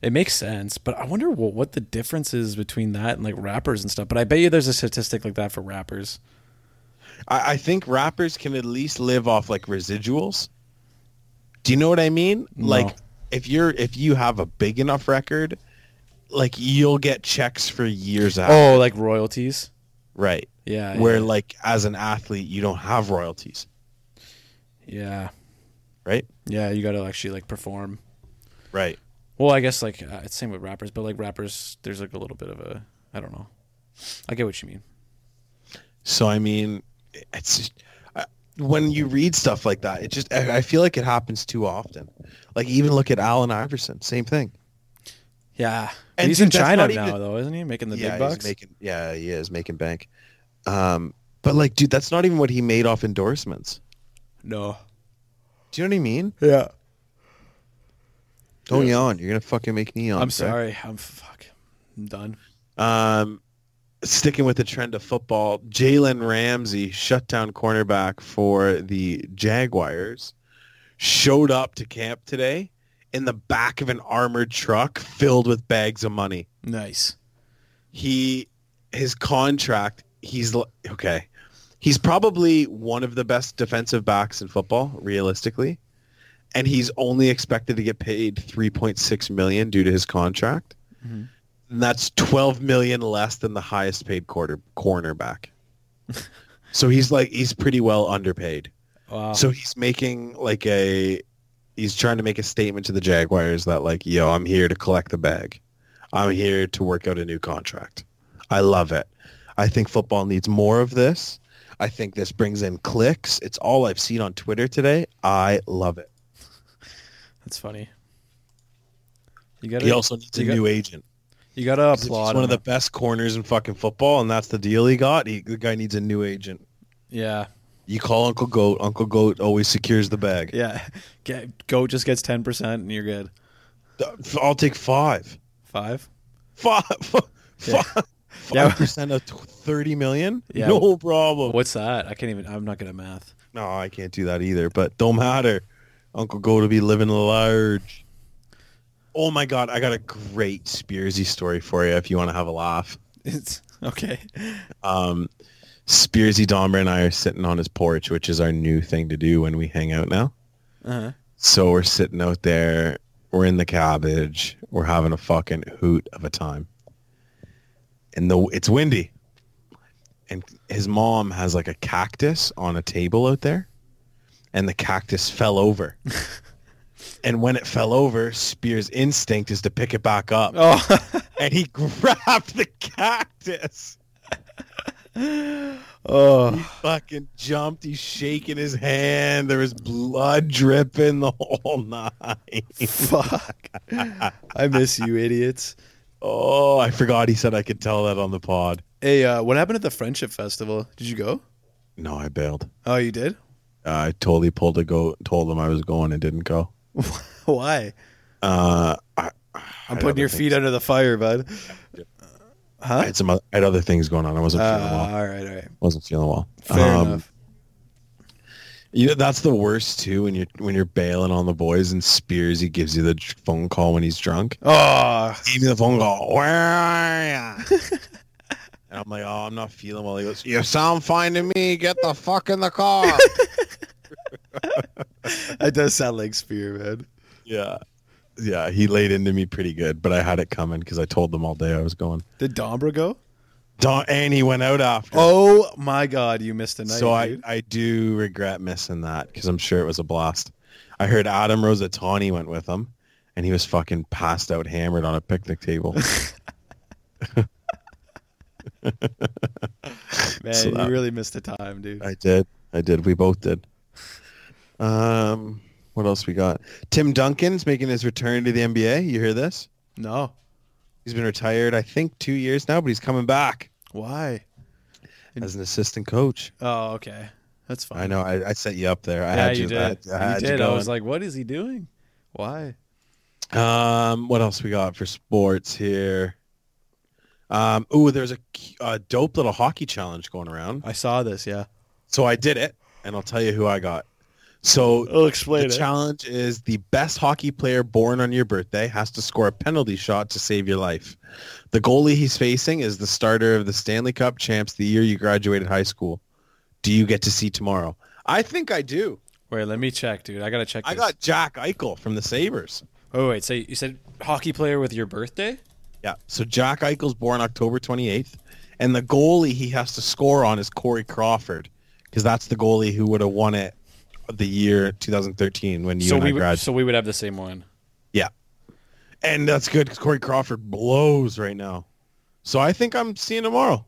[SPEAKER 2] It makes sense, but I wonder what, what the difference is between that and like rappers and stuff. But I bet you there's a statistic like that for rappers.
[SPEAKER 1] I, I think rappers can at least live off like residuals. Do you know what I mean? Like if you're if you have a big enough record, like you'll get checks for years after.
[SPEAKER 2] Oh, like royalties.
[SPEAKER 1] Right.
[SPEAKER 2] Yeah.
[SPEAKER 1] Ah. Where
[SPEAKER 2] yeah,
[SPEAKER 1] like as an athlete you don't have royalties,
[SPEAKER 2] yeah,
[SPEAKER 1] right?
[SPEAKER 2] yeah, you got to actually like perform.
[SPEAKER 1] Right.
[SPEAKER 2] Well, I guess like uh, it's same with rappers, but like rappers, there's like a little bit of a I don't know. I get what you mean.
[SPEAKER 1] So I mean, it's just, I, when you read stuff like that, it just I, I feel like it happens too often. Like even look at Allen Iverson, same thing.
[SPEAKER 2] Yeah, but
[SPEAKER 1] And
[SPEAKER 2] he's
[SPEAKER 1] dude,
[SPEAKER 2] in
[SPEAKER 1] that's
[SPEAKER 2] China
[SPEAKER 1] not
[SPEAKER 2] now,
[SPEAKER 1] even-
[SPEAKER 2] though, isn't he making the
[SPEAKER 1] yeah,
[SPEAKER 2] big bucks?
[SPEAKER 1] He's making, yeah, he is making bank. Um, but like, dude, that's not even what he made off endorsements.
[SPEAKER 2] no.
[SPEAKER 1] Do you know what I mean?
[SPEAKER 2] Yeah.
[SPEAKER 1] Don't yawn. You're gonna fucking make me yawn.
[SPEAKER 2] I'm
[SPEAKER 1] Brett.
[SPEAKER 2] sorry. I'm fuck. I'm done.
[SPEAKER 1] Um, sticking with the trend of football, Jalen Ramsey, shutdown cornerback for the Jaguars, showed up to camp today in the back of an armored truck filled with bags of money.
[SPEAKER 2] Nice.
[SPEAKER 1] he his contract he's l- okay he's probably one of the best defensive backs in football realistically and he's only expected to get paid 3.6 million due to his contract
[SPEAKER 2] Mhm.
[SPEAKER 1] and that's 12 million less than the highest paid quarter cornerback so he's like he's pretty well underpaid
[SPEAKER 2] Wow.
[SPEAKER 1] so he's making like a he's trying to make a statement to the Jaguars that like, yo, I'm here to collect the bag. I'm here to work out a new contract. I love it. I think football needs more of this. I think this brings in clicks. It's all I've seen on Twitter today. I love it.
[SPEAKER 2] That's funny. You gotta,
[SPEAKER 1] He also needs a
[SPEAKER 2] you got-
[SPEAKER 1] new agent.
[SPEAKER 2] you gotta
[SPEAKER 1] He's one
[SPEAKER 2] applaud. him.
[SPEAKER 1] of the best corners in fucking football, and that's the deal he got. He, the guy needs a new agent.
[SPEAKER 2] yeah,
[SPEAKER 1] You call Uncle Goat. Uncle Goat always secures the bag.
[SPEAKER 2] yeah. Get, go just gets ten percent, and you're good.
[SPEAKER 1] I'll take five.
[SPEAKER 2] Five.
[SPEAKER 1] Five.
[SPEAKER 2] Yeah.
[SPEAKER 1] Five.
[SPEAKER 2] Yeah.
[SPEAKER 1] Five percent of tw- thirty million?
[SPEAKER 2] Yeah.
[SPEAKER 1] No problem.
[SPEAKER 2] What's that? I can't even. I'm not good at math.
[SPEAKER 1] No, I can't do that either. But don't matter. Uncle Go to be living large. Oh my God, I got a great Spearsy story for you if you want to have a laugh.
[SPEAKER 2] It's okay.
[SPEAKER 1] Um, Spearsy Dahmer and I are sitting on his porch, which is our new thing to do when we hang out now.
[SPEAKER 2] Uh-huh.
[SPEAKER 1] So we're sitting out there. We're in the cabbage. We're having a fucking hoot of a time. And the it's windy. And his mom has like a cactus on a table out there. And the cactus fell over. and when it fell over, Spear's instinct is to pick it back up.
[SPEAKER 2] Oh,
[SPEAKER 1] And he grabbed the cactus. He
[SPEAKER 2] oh,
[SPEAKER 1] fucking jumped. He's shaking his hand. There was blood dripping the whole night.
[SPEAKER 2] fuck! I miss you, idiots.
[SPEAKER 1] Oh, I forgot he said I could tell that on the pod.
[SPEAKER 2] Hey, uh, what happened at the Friendship Festival? Did you go?
[SPEAKER 1] No, I bailed.
[SPEAKER 2] Oh, you did.
[SPEAKER 1] I totally pulled a go. Told him I was going and didn't go.
[SPEAKER 2] Why?
[SPEAKER 1] Uh, I,
[SPEAKER 2] I'm putting your feet under the fire, bud.
[SPEAKER 1] I had some. Other, I had other things going on. I wasn't feeling
[SPEAKER 2] Uh,
[SPEAKER 1] well.
[SPEAKER 2] all right, all right.
[SPEAKER 1] Wasn't feeling well.
[SPEAKER 2] Fair
[SPEAKER 1] Um,
[SPEAKER 2] enough.
[SPEAKER 1] You know that's the worst too. When you're when you're bailing on the boys and Spears, he gives you the dr- phone call when he's drunk.
[SPEAKER 2] Oh,
[SPEAKER 1] Give me the phone call. Where are you? and I'm like, oh, I'm not feeling well. He goes, you sound fine to me. Get the fuck in the car.
[SPEAKER 2] that does sound like Spear, man.
[SPEAKER 1] yeah, yeah. He laid into me pretty good, but I had it coming because I told them all day I was going.
[SPEAKER 2] Did Dombra go?
[SPEAKER 1] Don and he went out after.
[SPEAKER 2] Oh my God, you missed a night.
[SPEAKER 1] so I,
[SPEAKER 2] dude.
[SPEAKER 1] I do regret missing that because I'm sure it was a blast. I heard Adam Rosatani went with him, and he was fucking passed out, hammered on a picnic table.
[SPEAKER 2] man,
[SPEAKER 1] so that-
[SPEAKER 2] you really missed a time, dude.
[SPEAKER 1] I did. I did. We both did. Um, what else we got? Tim Duncan's making his return to the NBA. You hear this?
[SPEAKER 2] no,
[SPEAKER 1] He's been retired, I think, two years now, but he's coming back
[SPEAKER 2] why?
[SPEAKER 1] as an assistant coach.
[SPEAKER 2] Oh, okay, that's fine.
[SPEAKER 1] I know. I, I set you up there. I
[SPEAKER 2] Yeah,
[SPEAKER 1] had
[SPEAKER 2] you
[SPEAKER 1] I
[SPEAKER 2] did.
[SPEAKER 1] had- I had
[SPEAKER 2] you did. I
[SPEAKER 1] going.
[SPEAKER 2] was like, what is he doing? Why?
[SPEAKER 1] Um, what else we got for sports here? Um, ooh, there's a, cu- a dope little hockey challenge going around.
[SPEAKER 2] I saw this. Yeah,
[SPEAKER 1] So I did it, and I'll tell you who I got. So
[SPEAKER 2] I'll explain
[SPEAKER 1] the challenge is the best hockey player born on your birthday has to score a penalty shot to save your life. The goalie he's facing is the starter of the Stanley Cup champs the year you graduated high school. Do you get to see tomorrow? I think I do.
[SPEAKER 2] Wait, let me check, dude. I gotta check.
[SPEAKER 1] I
[SPEAKER 2] This.
[SPEAKER 1] got Jack Eichel from the Sabres.
[SPEAKER 2] Oh wait, so you said hockey player with your birthday?
[SPEAKER 1] Yeah. So Jack Eichel's born October 28th, and the goalie he has to score on is Corey Crawford, because that's the goalie who would have won it the year 2013 when you
[SPEAKER 2] so
[SPEAKER 1] and
[SPEAKER 2] we
[SPEAKER 1] I
[SPEAKER 2] would,
[SPEAKER 1] grad.
[SPEAKER 2] so we would have the same one.
[SPEAKER 1] yeah. And that's good because Corey Crawford blows right now. So I think I'm seeing tomorrow.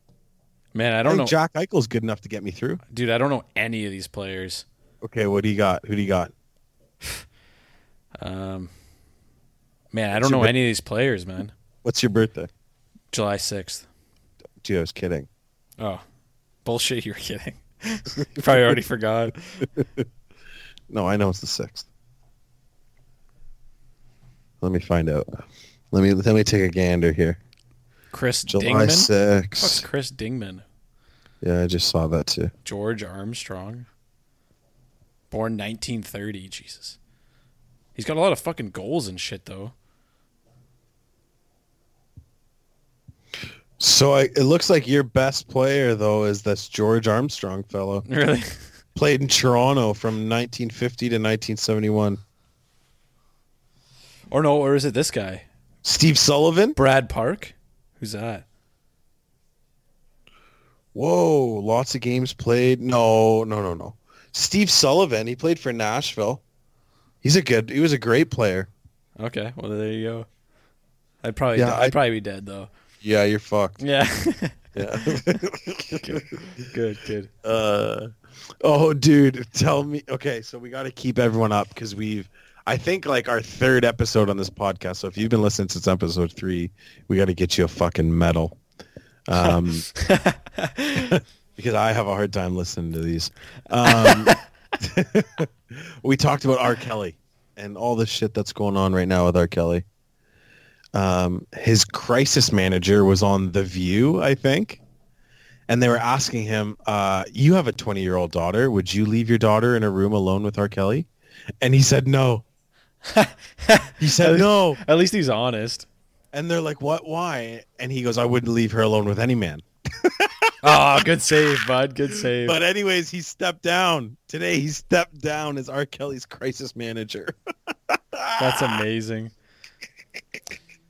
[SPEAKER 2] Man, I
[SPEAKER 1] I
[SPEAKER 2] don't
[SPEAKER 1] think
[SPEAKER 2] know,
[SPEAKER 1] Jack Eichel's good enough to get me through.
[SPEAKER 2] dude. I don't know any of these players.
[SPEAKER 1] Okay, what do you got? Who do you got?
[SPEAKER 2] Um, man, I don't know
[SPEAKER 1] your-
[SPEAKER 2] any of these players, man.
[SPEAKER 1] What's your birthday?
[SPEAKER 2] July sixth.
[SPEAKER 1] Gee, I was kidding.
[SPEAKER 2] Oh, bullshit! You were kidding. you probably already forgot.
[SPEAKER 1] No, I know it's the sixth. Let me find out. Let me let me take a gander here.
[SPEAKER 2] Chris
[SPEAKER 1] July
[SPEAKER 2] Dingman. Fuck's
[SPEAKER 1] sixth.
[SPEAKER 2] Chris Dingman.
[SPEAKER 1] Yeah, I just saw that too.
[SPEAKER 2] George Armstrong. Born 1930. Jesus. He's got a lot of fucking goals and shit though.
[SPEAKER 1] So I, it looks like your best player though is this George Armstrong fellow.
[SPEAKER 2] Really?
[SPEAKER 1] Played in Toronto from 1950 to 1971.
[SPEAKER 2] or no? Or is it this guy?
[SPEAKER 1] Steve Sullivan?
[SPEAKER 2] Brad Park. Who's that?
[SPEAKER 1] Whoa, lots of games played. No, no, no, no. Steve Sullivan, he played for Nashville. He's a good. He was a great player.
[SPEAKER 2] Okay. Well, there you go. I'd probably
[SPEAKER 1] Yeah,
[SPEAKER 2] die- I'd
[SPEAKER 1] I-
[SPEAKER 2] probably be dead though.
[SPEAKER 1] Yeah, you're fucked.
[SPEAKER 2] Yeah.
[SPEAKER 1] Yeah.
[SPEAKER 2] good, good.
[SPEAKER 1] uh, oh, dude, tell me. Okay, so we got to keep everyone up because we've, I think, like our third episode on this podcast. So if you've been listening since episode three, we got to get you a fucking medal. Um, because I have a hard time listening to these. Um, we talked about R. Kelly and all the shit that's going on right now with R. Kelly. Um, his crisis manager was on The View, I think, and they were asking him, uh, "You have a 20-year-old daughter. Would you leave your daughter in a room alone with R. Kelly?" And he said no. he said no.
[SPEAKER 2] At least he's honest.
[SPEAKER 1] And they're like, "What? Why?" And he goes, "I wouldn't leave her alone with any man."
[SPEAKER 2] Oh, good save, bud. Good save.
[SPEAKER 1] But anyways, he stepped down. Today he stepped down as R. Kelly's crisis manager.
[SPEAKER 2] That's amazing.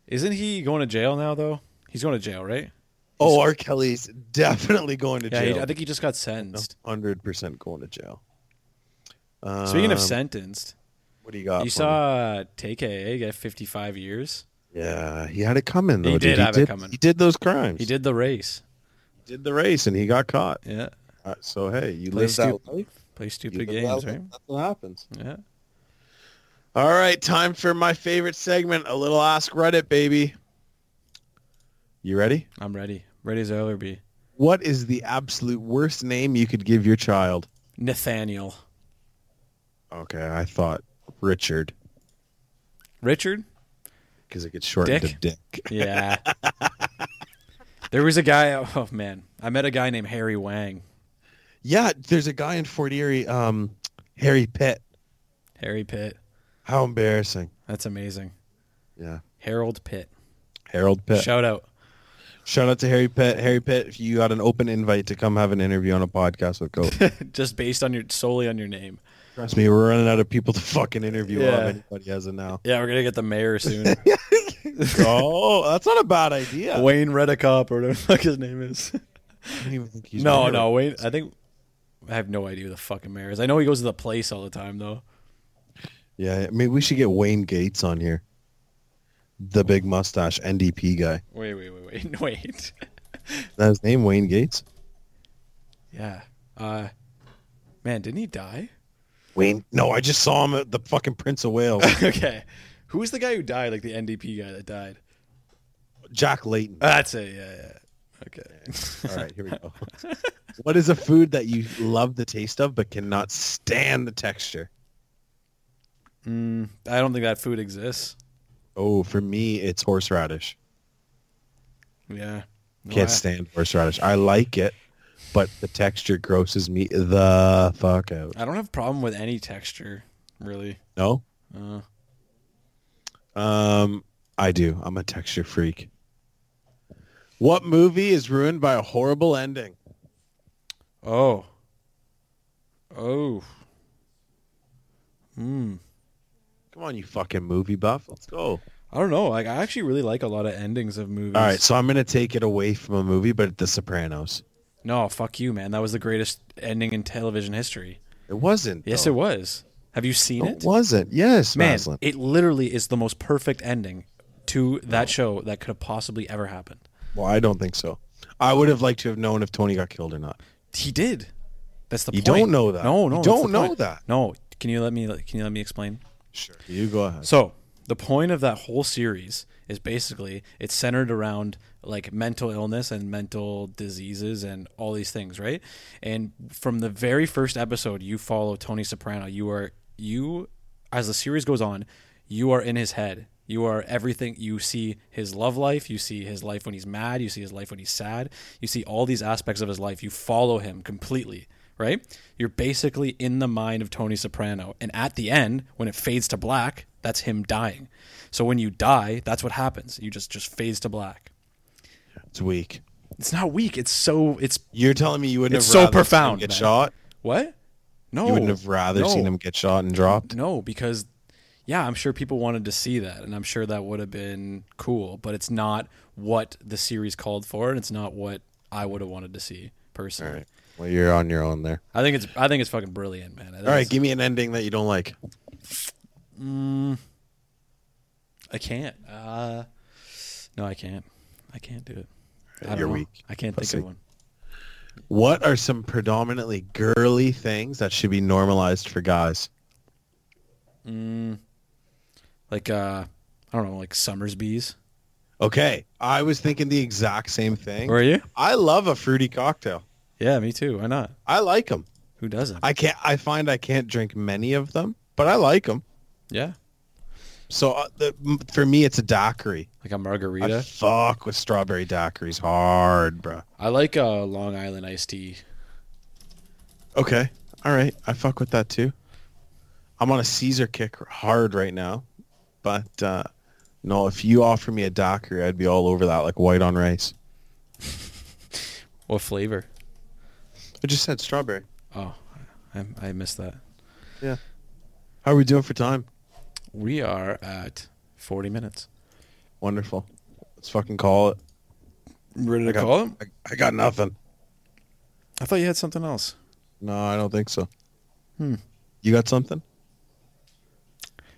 [SPEAKER 2] Isn't he going to jail now though? He's going to jail, right?
[SPEAKER 1] Oh, R. Kelly's definitely going to
[SPEAKER 2] Yeah,
[SPEAKER 1] jail.
[SPEAKER 2] he, I think he just got sentenced.
[SPEAKER 1] 100% going to jail.
[SPEAKER 2] Speaking
[SPEAKER 1] Um,
[SPEAKER 2] of sentenced,
[SPEAKER 1] what do you got?
[SPEAKER 2] you
[SPEAKER 1] for
[SPEAKER 2] saw uh, TKA eh, get 55 years.
[SPEAKER 1] me? Yeah, he had it coming though.
[SPEAKER 2] He
[SPEAKER 1] dude.
[SPEAKER 2] did
[SPEAKER 1] he
[SPEAKER 2] have it
[SPEAKER 1] did,
[SPEAKER 2] coming.
[SPEAKER 1] He did those crimes.
[SPEAKER 2] He did the race.
[SPEAKER 1] did the race and he got caught.
[SPEAKER 2] Yeah.
[SPEAKER 1] Uh, so hey, you
[SPEAKER 2] Play
[SPEAKER 1] live that
[SPEAKER 2] stupid.
[SPEAKER 1] life.
[SPEAKER 2] Play
[SPEAKER 1] You
[SPEAKER 2] stupid
[SPEAKER 1] live
[SPEAKER 2] games,
[SPEAKER 1] that life.
[SPEAKER 2] right?
[SPEAKER 1] That's what happens.
[SPEAKER 2] Yeah.
[SPEAKER 1] All right, time for my favorite segment, a little ask Reddit, baby. You ready?
[SPEAKER 2] I'm ready. Ready as I'll ever be.
[SPEAKER 1] What is the absolute worst name you could give your child?
[SPEAKER 2] Nathaniel.
[SPEAKER 1] Okay, I thought Richard
[SPEAKER 2] Richard?
[SPEAKER 1] because it gets shortened
[SPEAKER 2] Dick?
[SPEAKER 1] to Dick.
[SPEAKER 2] Yeah. there was a guy. Oh man, I met a guy named Harry Wang.
[SPEAKER 1] Yeah, there's a guy in Fort Erie, um, Harry Pitt.
[SPEAKER 2] Harry Pitt.
[SPEAKER 1] How embarrassing.
[SPEAKER 2] That's amazing.
[SPEAKER 1] Yeah.
[SPEAKER 2] Harold Pitt.
[SPEAKER 1] Harold Pitt.
[SPEAKER 2] Shout out.
[SPEAKER 1] Shout out to Harry Pitt. Harry Pitt, if you got an open invite to come have an interview on a podcast with Coach.
[SPEAKER 2] Just based on your solely on your name.
[SPEAKER 1] Trust me, we're running out of people to fucking interview
[SPEAKER 2] Yeah.
[SPEAKER 1] of anybody as of now.
[SPEAKER 2] Yeah, we're gonna get the mayor soon.
[SPEAKER 1] oh, that's not a bad idea.
[SPEAKER 2] Wayne Redicop or whatever the fuck his name is.
[SPEAKER 1] I don't even think he's
[SPEAKER 2] no,
[SPEAKER 1] there.
[SPEAKER 2] no, Wayne. I think I have no idea who the fucking mayor is. I know he goes to the place all the time though.
[SPEAKER 1] Yeah, I mean, we should get Wayne Gates on here. The big mustache NDP guy.
[SPEAKER 2] Wait, wait, wait, wait, wait.
[SPEAKER 1] Is that his name, Wayne Gates?
[SPEAKER 2] yeah. Uh, man, didn't he die?
[SPEAKER 1] Wayne? No, I just saw him at the fucking Prince of Wales.
[SPEAKER 2] okay. Who was the guy who died? Like the NDP guy that died.
[SPEAKER 1] Jack Layton.
[SPEAKER 2] That's it. Yeah, yeah. Okay.
[SPEAKER 1] All right, here we go. what is a food that you love the taste of but cannot stand the texture?
[SPEAKER 2] Mm, I don't think that food exists.
[SPEAKER 1] Oh, for me, it's horseradish.
[SPEAKER 2] Yeah. No,
[SPEAKER 1] Can't
[SPEAKER 2] I-
[SPEAKER 1] stand horseradish. I like it, but the texture grosses me the fuck out.
[SPEAKER 2] I don't have a problem with any texture, really.
[SPEAKER 1] No?
[SPEAKER 2] Uh,
[SPEAKER 1] Um, I do. I'm a texture freak. What movie is ruined by a horrible ending?
[SPEAKER 2] oh. Oh. Hmm.
[SPEAKER 1] Come on, you fucking movie buff. Let's go.
[SPEAKER 2] I don't know. Like, I actually really like a lot of endings of movies.
[SPEAKER 1] All right, so I'm going to take it away from a movie, but The Sopranos.
[SPEAKER 2] No, fuck you, man. That was the greatest ending in television history.
[SPEAKER 1] It wasn't.
[SPEAKER 2] Yes,
[SPEAKER 1] though.
[SPEAKER 2] it was. Have you seen it?
[SPEAKER 1] It wasn't. Yes,
[SPEAKER 2] Man,
[SPEAKER 1] Maslin.
[SPEAKER 2] it literally is the most perfect ending to that show that could have possibly ever happened.
[SPEAKER 1] Well, I don't think so. I would have liked to have known if Tony got killed or not.
[SPEAKER 2] He did. That's the
[SPEAKER 1] You
[SPEAKER 2] point.
[SPEAKER 1] don't know that.
[SPEAKER 2] No,
[SPEAKER 1] You
[SPEAKER 2] no, that's
[SPEAKER 1] don't
[SPEAKER 2] the
[SPEAKER 1] know
[SPEAKER 2] point.
[SPEAKER 1] that.
[SPEAKER 2] No, can you let me can you let me explain?
[SPEAKER 1] Sure. You go ahead.
[SPEAKER 2] So the point of that whole series is basically it's centered around like mental illness and mental diseases and all these things, right? And from the very first episode, you follow Tony Soprano. You are you as the series goes on, you are in his head. You are everything. You see his love life. You see his life when he's mad. You see his life when he's sad. You see all these aspects of his life. You follow him completely right? You're basically in the mind of Tony Soprano. And at the end, when it fades to black, that's him dying. So when you die, that's what happens. You just just fades to black.
[SPEAKER 1] It's weak.
[SPEAKER 2] It's not weak. It's so it's
[SPEAKER 1] You're telling me you wouldn't
[SPEAKER 2] It's
[SPEAKER 1] have
[SPEAKER 2] so
[SPEAKER 1] rather seen him
[SPEAKER 2] profound,
[SPEAKER 1] get
[SPEAKER 2] man.
[SPEAKER 1] shot?
[SPEAKER 2] what? No.
[SPEAKER 1] You wouldn't have rather
[SPEAKER 2] no.
[SPEAKER 1] seen him get shot and dropped?
[SPEAKER 2] No, because yeah, I'm sure people wanted to see that and I'm sure that would have been cool, but it's not what the series called for and it's not what I would have wanted to see personally.
[SPEAKER 1] Well, you're on your own there.
[SPEAKER 2] I think it's I think it's fucking brilliant, man. I think
[SPEAKER 1] All right,
[SPEAKER 2] it's-
[SPEAKER 1] give me an ending that you don't like.
[SPEAKER 2] I can't. Uh, No, I can't. I can't do it. I don't
[SPEAKER 1] You're
[SPEAKER 2] know.
[SPEAKER 1] weak.
[SPEAKER 2] I can't
[SPEAKER 1] Pussy.
[SPEAKER 2] think of one.
[SPEAKER 1] What are some predominantly girly things that should be normalized for guys?
[SPEAKER 2] Like uh, I don't know, like Summersbees.
[SPEAKER 1] Okay, I was thinking the exact same thing.
[SPEAKER 2] Were you?
[SPEAKER 1] I love a fruity cocktail.
[SPEAKER 2] Yeah, me too. Why not?
[SPEAKER 1] I like them.
[SPEAKER 2] Who doesn't?
[SPEAKER 1] I can't. I find I can't drink many of them, but I like them.
[SPEAKER 2] yeah,
[SPEAKER 1] So uh, the, m- for me, it's a daiquiri.
[SPEAKER 2] like a
[SPEAKER 1] I
[SPEAKER 2] margarita.
[SPEAKER 1] fuck with strawberry daiquiris hard, bro.
[SPEAKER 2] I like uh, Long Island iced tea.
[SPEAKER 1] Okay, all right. I fuck with that too. I'm on a Caesar kick hard right now, but uh, no. If you offer me a daiquiri, I'd be all over that, like white on rice.
[SPEAKER 2] What flavor?
[SPEAKER 1] I just said strawberry.
[SPEAKER 2] Oh, I, I missed that.
[SPEAKER 1] Yeah. How are we doing for time?
[SPEAKER 2] We are at 40 minutes.
[SPEAKER 1] Wonderful. Let's fucking call it.
[SPEAKER 2] Ready to
[SPEAKER 1] got-
[SPEAKER 2] call him?
[SPEAKER 1] I, I got nothing.
[SPEAKER 2] I thought you had something else.
[SPEAKER 1] No, I don't think so. Hmm. You got something?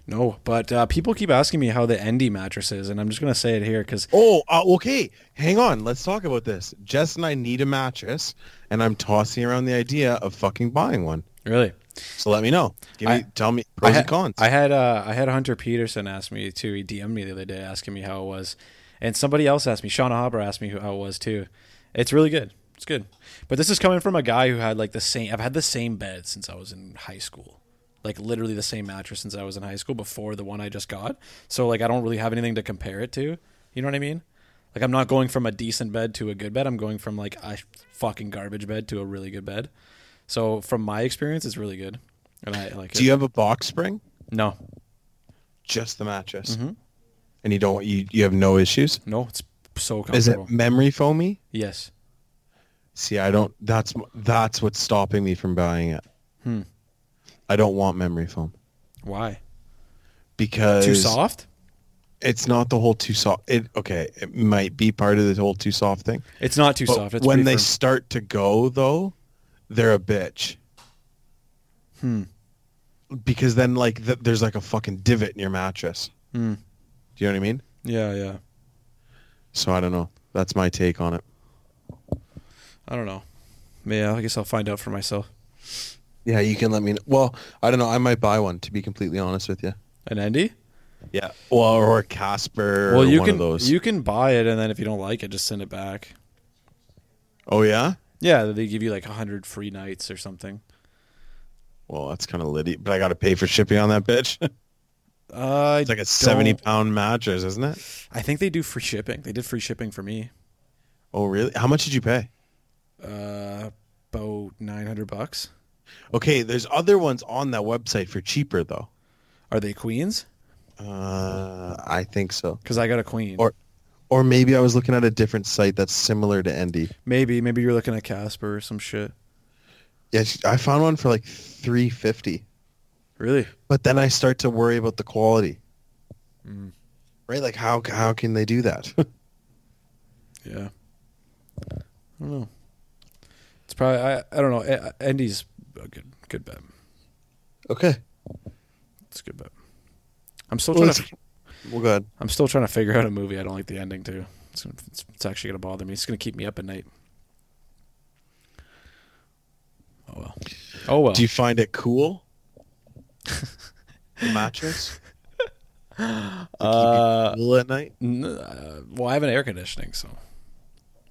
[SPEAKER 2] No, but uh, people keep asking me how the Endy mattress is, and I'm just gonna say it here because
[SPEAKER 1] Oh, uh, okay. Hang on. Let's talk about this. Jess and I need a mattress, and I'm tossing around the idea of fucking buying one.
[SPEAKER 2] really,
[SPEAKER 1] So let me know. Give
[SPEAKER 2] I-
[SPEAKER 1] me, tell me pros
[SPEAKER 2] I
[SPEAKER 1] and
[SPEAKER 2] ha-
[SPEAKER 1] cons.
[SPEAKER 2] I had uh, I had Hunter Peterson ask me too. He DM'd me the other day asking me how it was, and somebody else asked me. Shauna Haber asked me who, how it was too. It's really good. It's good. But this is coming from a guy who had like the same. I've had the same bed since I was in high school. Like literally the same mattress since I was in high school before the one I just got. So like I don't really have anything to compare it to. You know what I mean? Like I'm not going from a decent bed to a good bed. I'm going from like a fucking garbage bed to a really good bed. So from my experience, it's really good, and I like.
[SPEAKER 1] Do
[SPEAKER 2] it.
[SPEAKER 1] you have a box spring?
[SPEAKER 2] No,
[SPEAKER 1] Just the mattress.
[SPEAKER 2] Mm-hmm.
[SPEAKER 1] And you don't you, you have no issues?
[SPEAKER 2] no, it's so
[SPEAKER 1] Is
[SPEAKER 2] comfortable.
[SPEAKER 1] it memory foamy?
[SPEAKER 2] Yes.
[SPEAKER 1] See, I don't. That's m- that's what's stopping me from buying it.
[SPEAKER 2] Hmm.
[SPEAKER 1] I don't want memory foam
[SPEAKER 2] Why?
[SPEAKER 1] because
[SPEAKER 2] Too soft?
[SPEAKER 1] It's not the whole too soft. It okay. It might be part of the whole too soft thing.
[SPEAKER 2] It's not too
[SPEAKER 1] But
[SPEAKER 2] soft. It's
[SPEAKER 1] when
[SPEAKER 2] pretty
[SPEAKER 1] they
[SPEAKER 2] firm.
[SPEAKER 1] start to go though, they're a bitch. Hmm. Because then like th- there's like a fucking divot in your mattress. Do you know what I mean?
[SPEAKER 2] yeah, yeah.
[SPEAKER 1] So I don't know. That's my take on it.
[SPEAKER 2] I don't know. Yeah, I guess I'll find out for myself.
[SPEAKER 1] Yeah, you can let me. Know. Well, I don't know. I might buy one to be completely honest with you.
[SPEAKER 2] An Endy?
[SPEAKER 1] Yeah. Well, or a Casper.
[SPEAKER 2] Well,
[SPEAKER 1] or
[SPEAKER 2] you
[SPEAKER 1] one
[SPEAKER 2] can
[SPEAKER 1] of those.
[SPEAKER 2] you can buy it, and then if you don't like it, just send it back.
[SPEAKER 1] Oh yeah.
[SPEAKER 2] Yeah, they give you like hundred free nights or something.
[SPEAKER 1] Well, that's kind of litty, but I got to pay for shipping on that bitch. it's
[SPEAKER 2] Uh,
[SPEAKER 1] like a seventy pound mattress, isn't it?
[SPEAKER 2] I think they do free shipping. They did free shipping for me.
[SPEAKER 1] Oh really? How much did you pay?
[SPEAKER 2] Uh, about nine hundred bucks.
[SPEAKER 1] Okay, there's other ones on that website for cheaper though.
[SPEAKER 2] Are they queens?
[SPEAKER 1] Uh, I think so.
[SPEAKER 2] Because I got a queen.
[SPEAKER 1] Or, or maybe I was looking at a different site that's similar to Endy.
[SPEAKER 2] maybe maybe you're looking at Casper or some shit.
[SPEAKER 1] Yeah, sh- I found one for like three fifty,
[SPEAKER 2] Really?
[SPEAKER 1] but then I start to worry about the quality. Right? Like how how can they do that?
[SPEAKER 2] Yeah. I don't know. It's probably I I don't know. A- A- Andy's a good good bet.
[SPEAKER 1] okay,
[SPEAKER 2] It's a good bet. I'm still
[SPEAKER 1] well,
[SPEAKER 2] trying
[SPEAKER 1] that's,
[SPEAKER 2] to
[SPEAKER 1] well, go ahead.
[SPEAKER 2] I'm still trying to figure out a movie. I don't like the ending too. It's gonna, it's, it's actually gonna bother me. It's gonna keep me up at night. Oh well. Oh well.
[SPEAKER 1] Do you find it cool? the mattress? Uh, keep you cool at night?
[SPEAKER 2] N- uh, well, I have an air conditioning, so.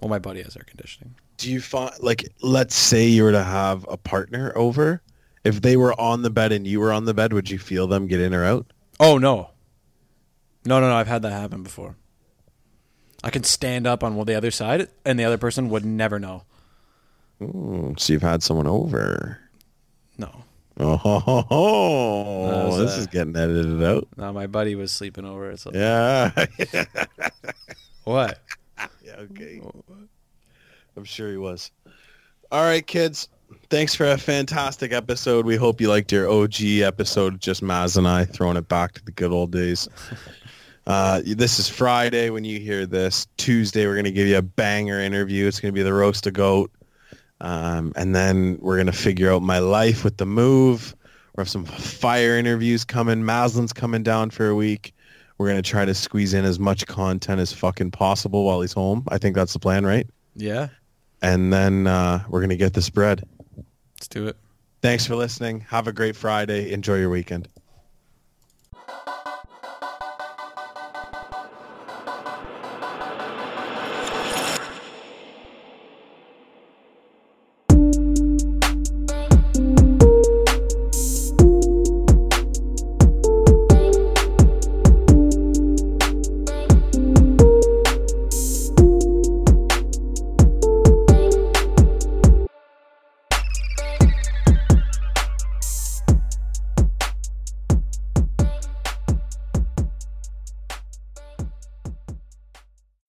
[SPEAKER 2] Well, my buddy has air conditioning.
[SPEAKER 1] Do you find like let's say you were to have a partner over, if they were on the bed and you were on the bed, would you feel them get in or out?
[SPEAKER 2] Oh no. No, no, no! I've had that happen before. I can stand up on the other side, and the other person would never know.
[SPEAKER 1] Mm, so you've had someone over.
[SPEAKER 2] No.
[SPEAKER 1] Oh, ho, ho, ho.
[SPEAKER 2] That was,
[SPEAKER 1] Oh, this
[SPEAKER 2] uh,
[SPEAKER 1] is getting edited out.
[SPEAKER 2] No, my buddy was sleeping over. So
[SPEAKER 1] Yeah.
[SPEAKER 2] what?
[SPEAKER 1] yeah. Okay. Oh, I'm sure he was. All right, kids. Thanks for a fantastic episode. We hope you liked your OG episode, just Maz and I throwing it back to the good old days. Uh, this is Friday when you hear this. Tuesday, we're going to give you a banger interview. It's going to be the roast a goat. Um, and then we're going to figure out my life with the move. We have some fire interviews coming. Maslin's coming down for a week. We're gonna try to squeeze in as much content as fucking possible while he's home. I think that's the plan, right?
[SPEAKER 2] Yeah,
[SPEAKER 1] And then uh, we're gonna get the spread.
[SPEAKER 2] let's do it.
[SPEAKER 1] Thanks for listening. Have a great Friday. Enjoy your weekend.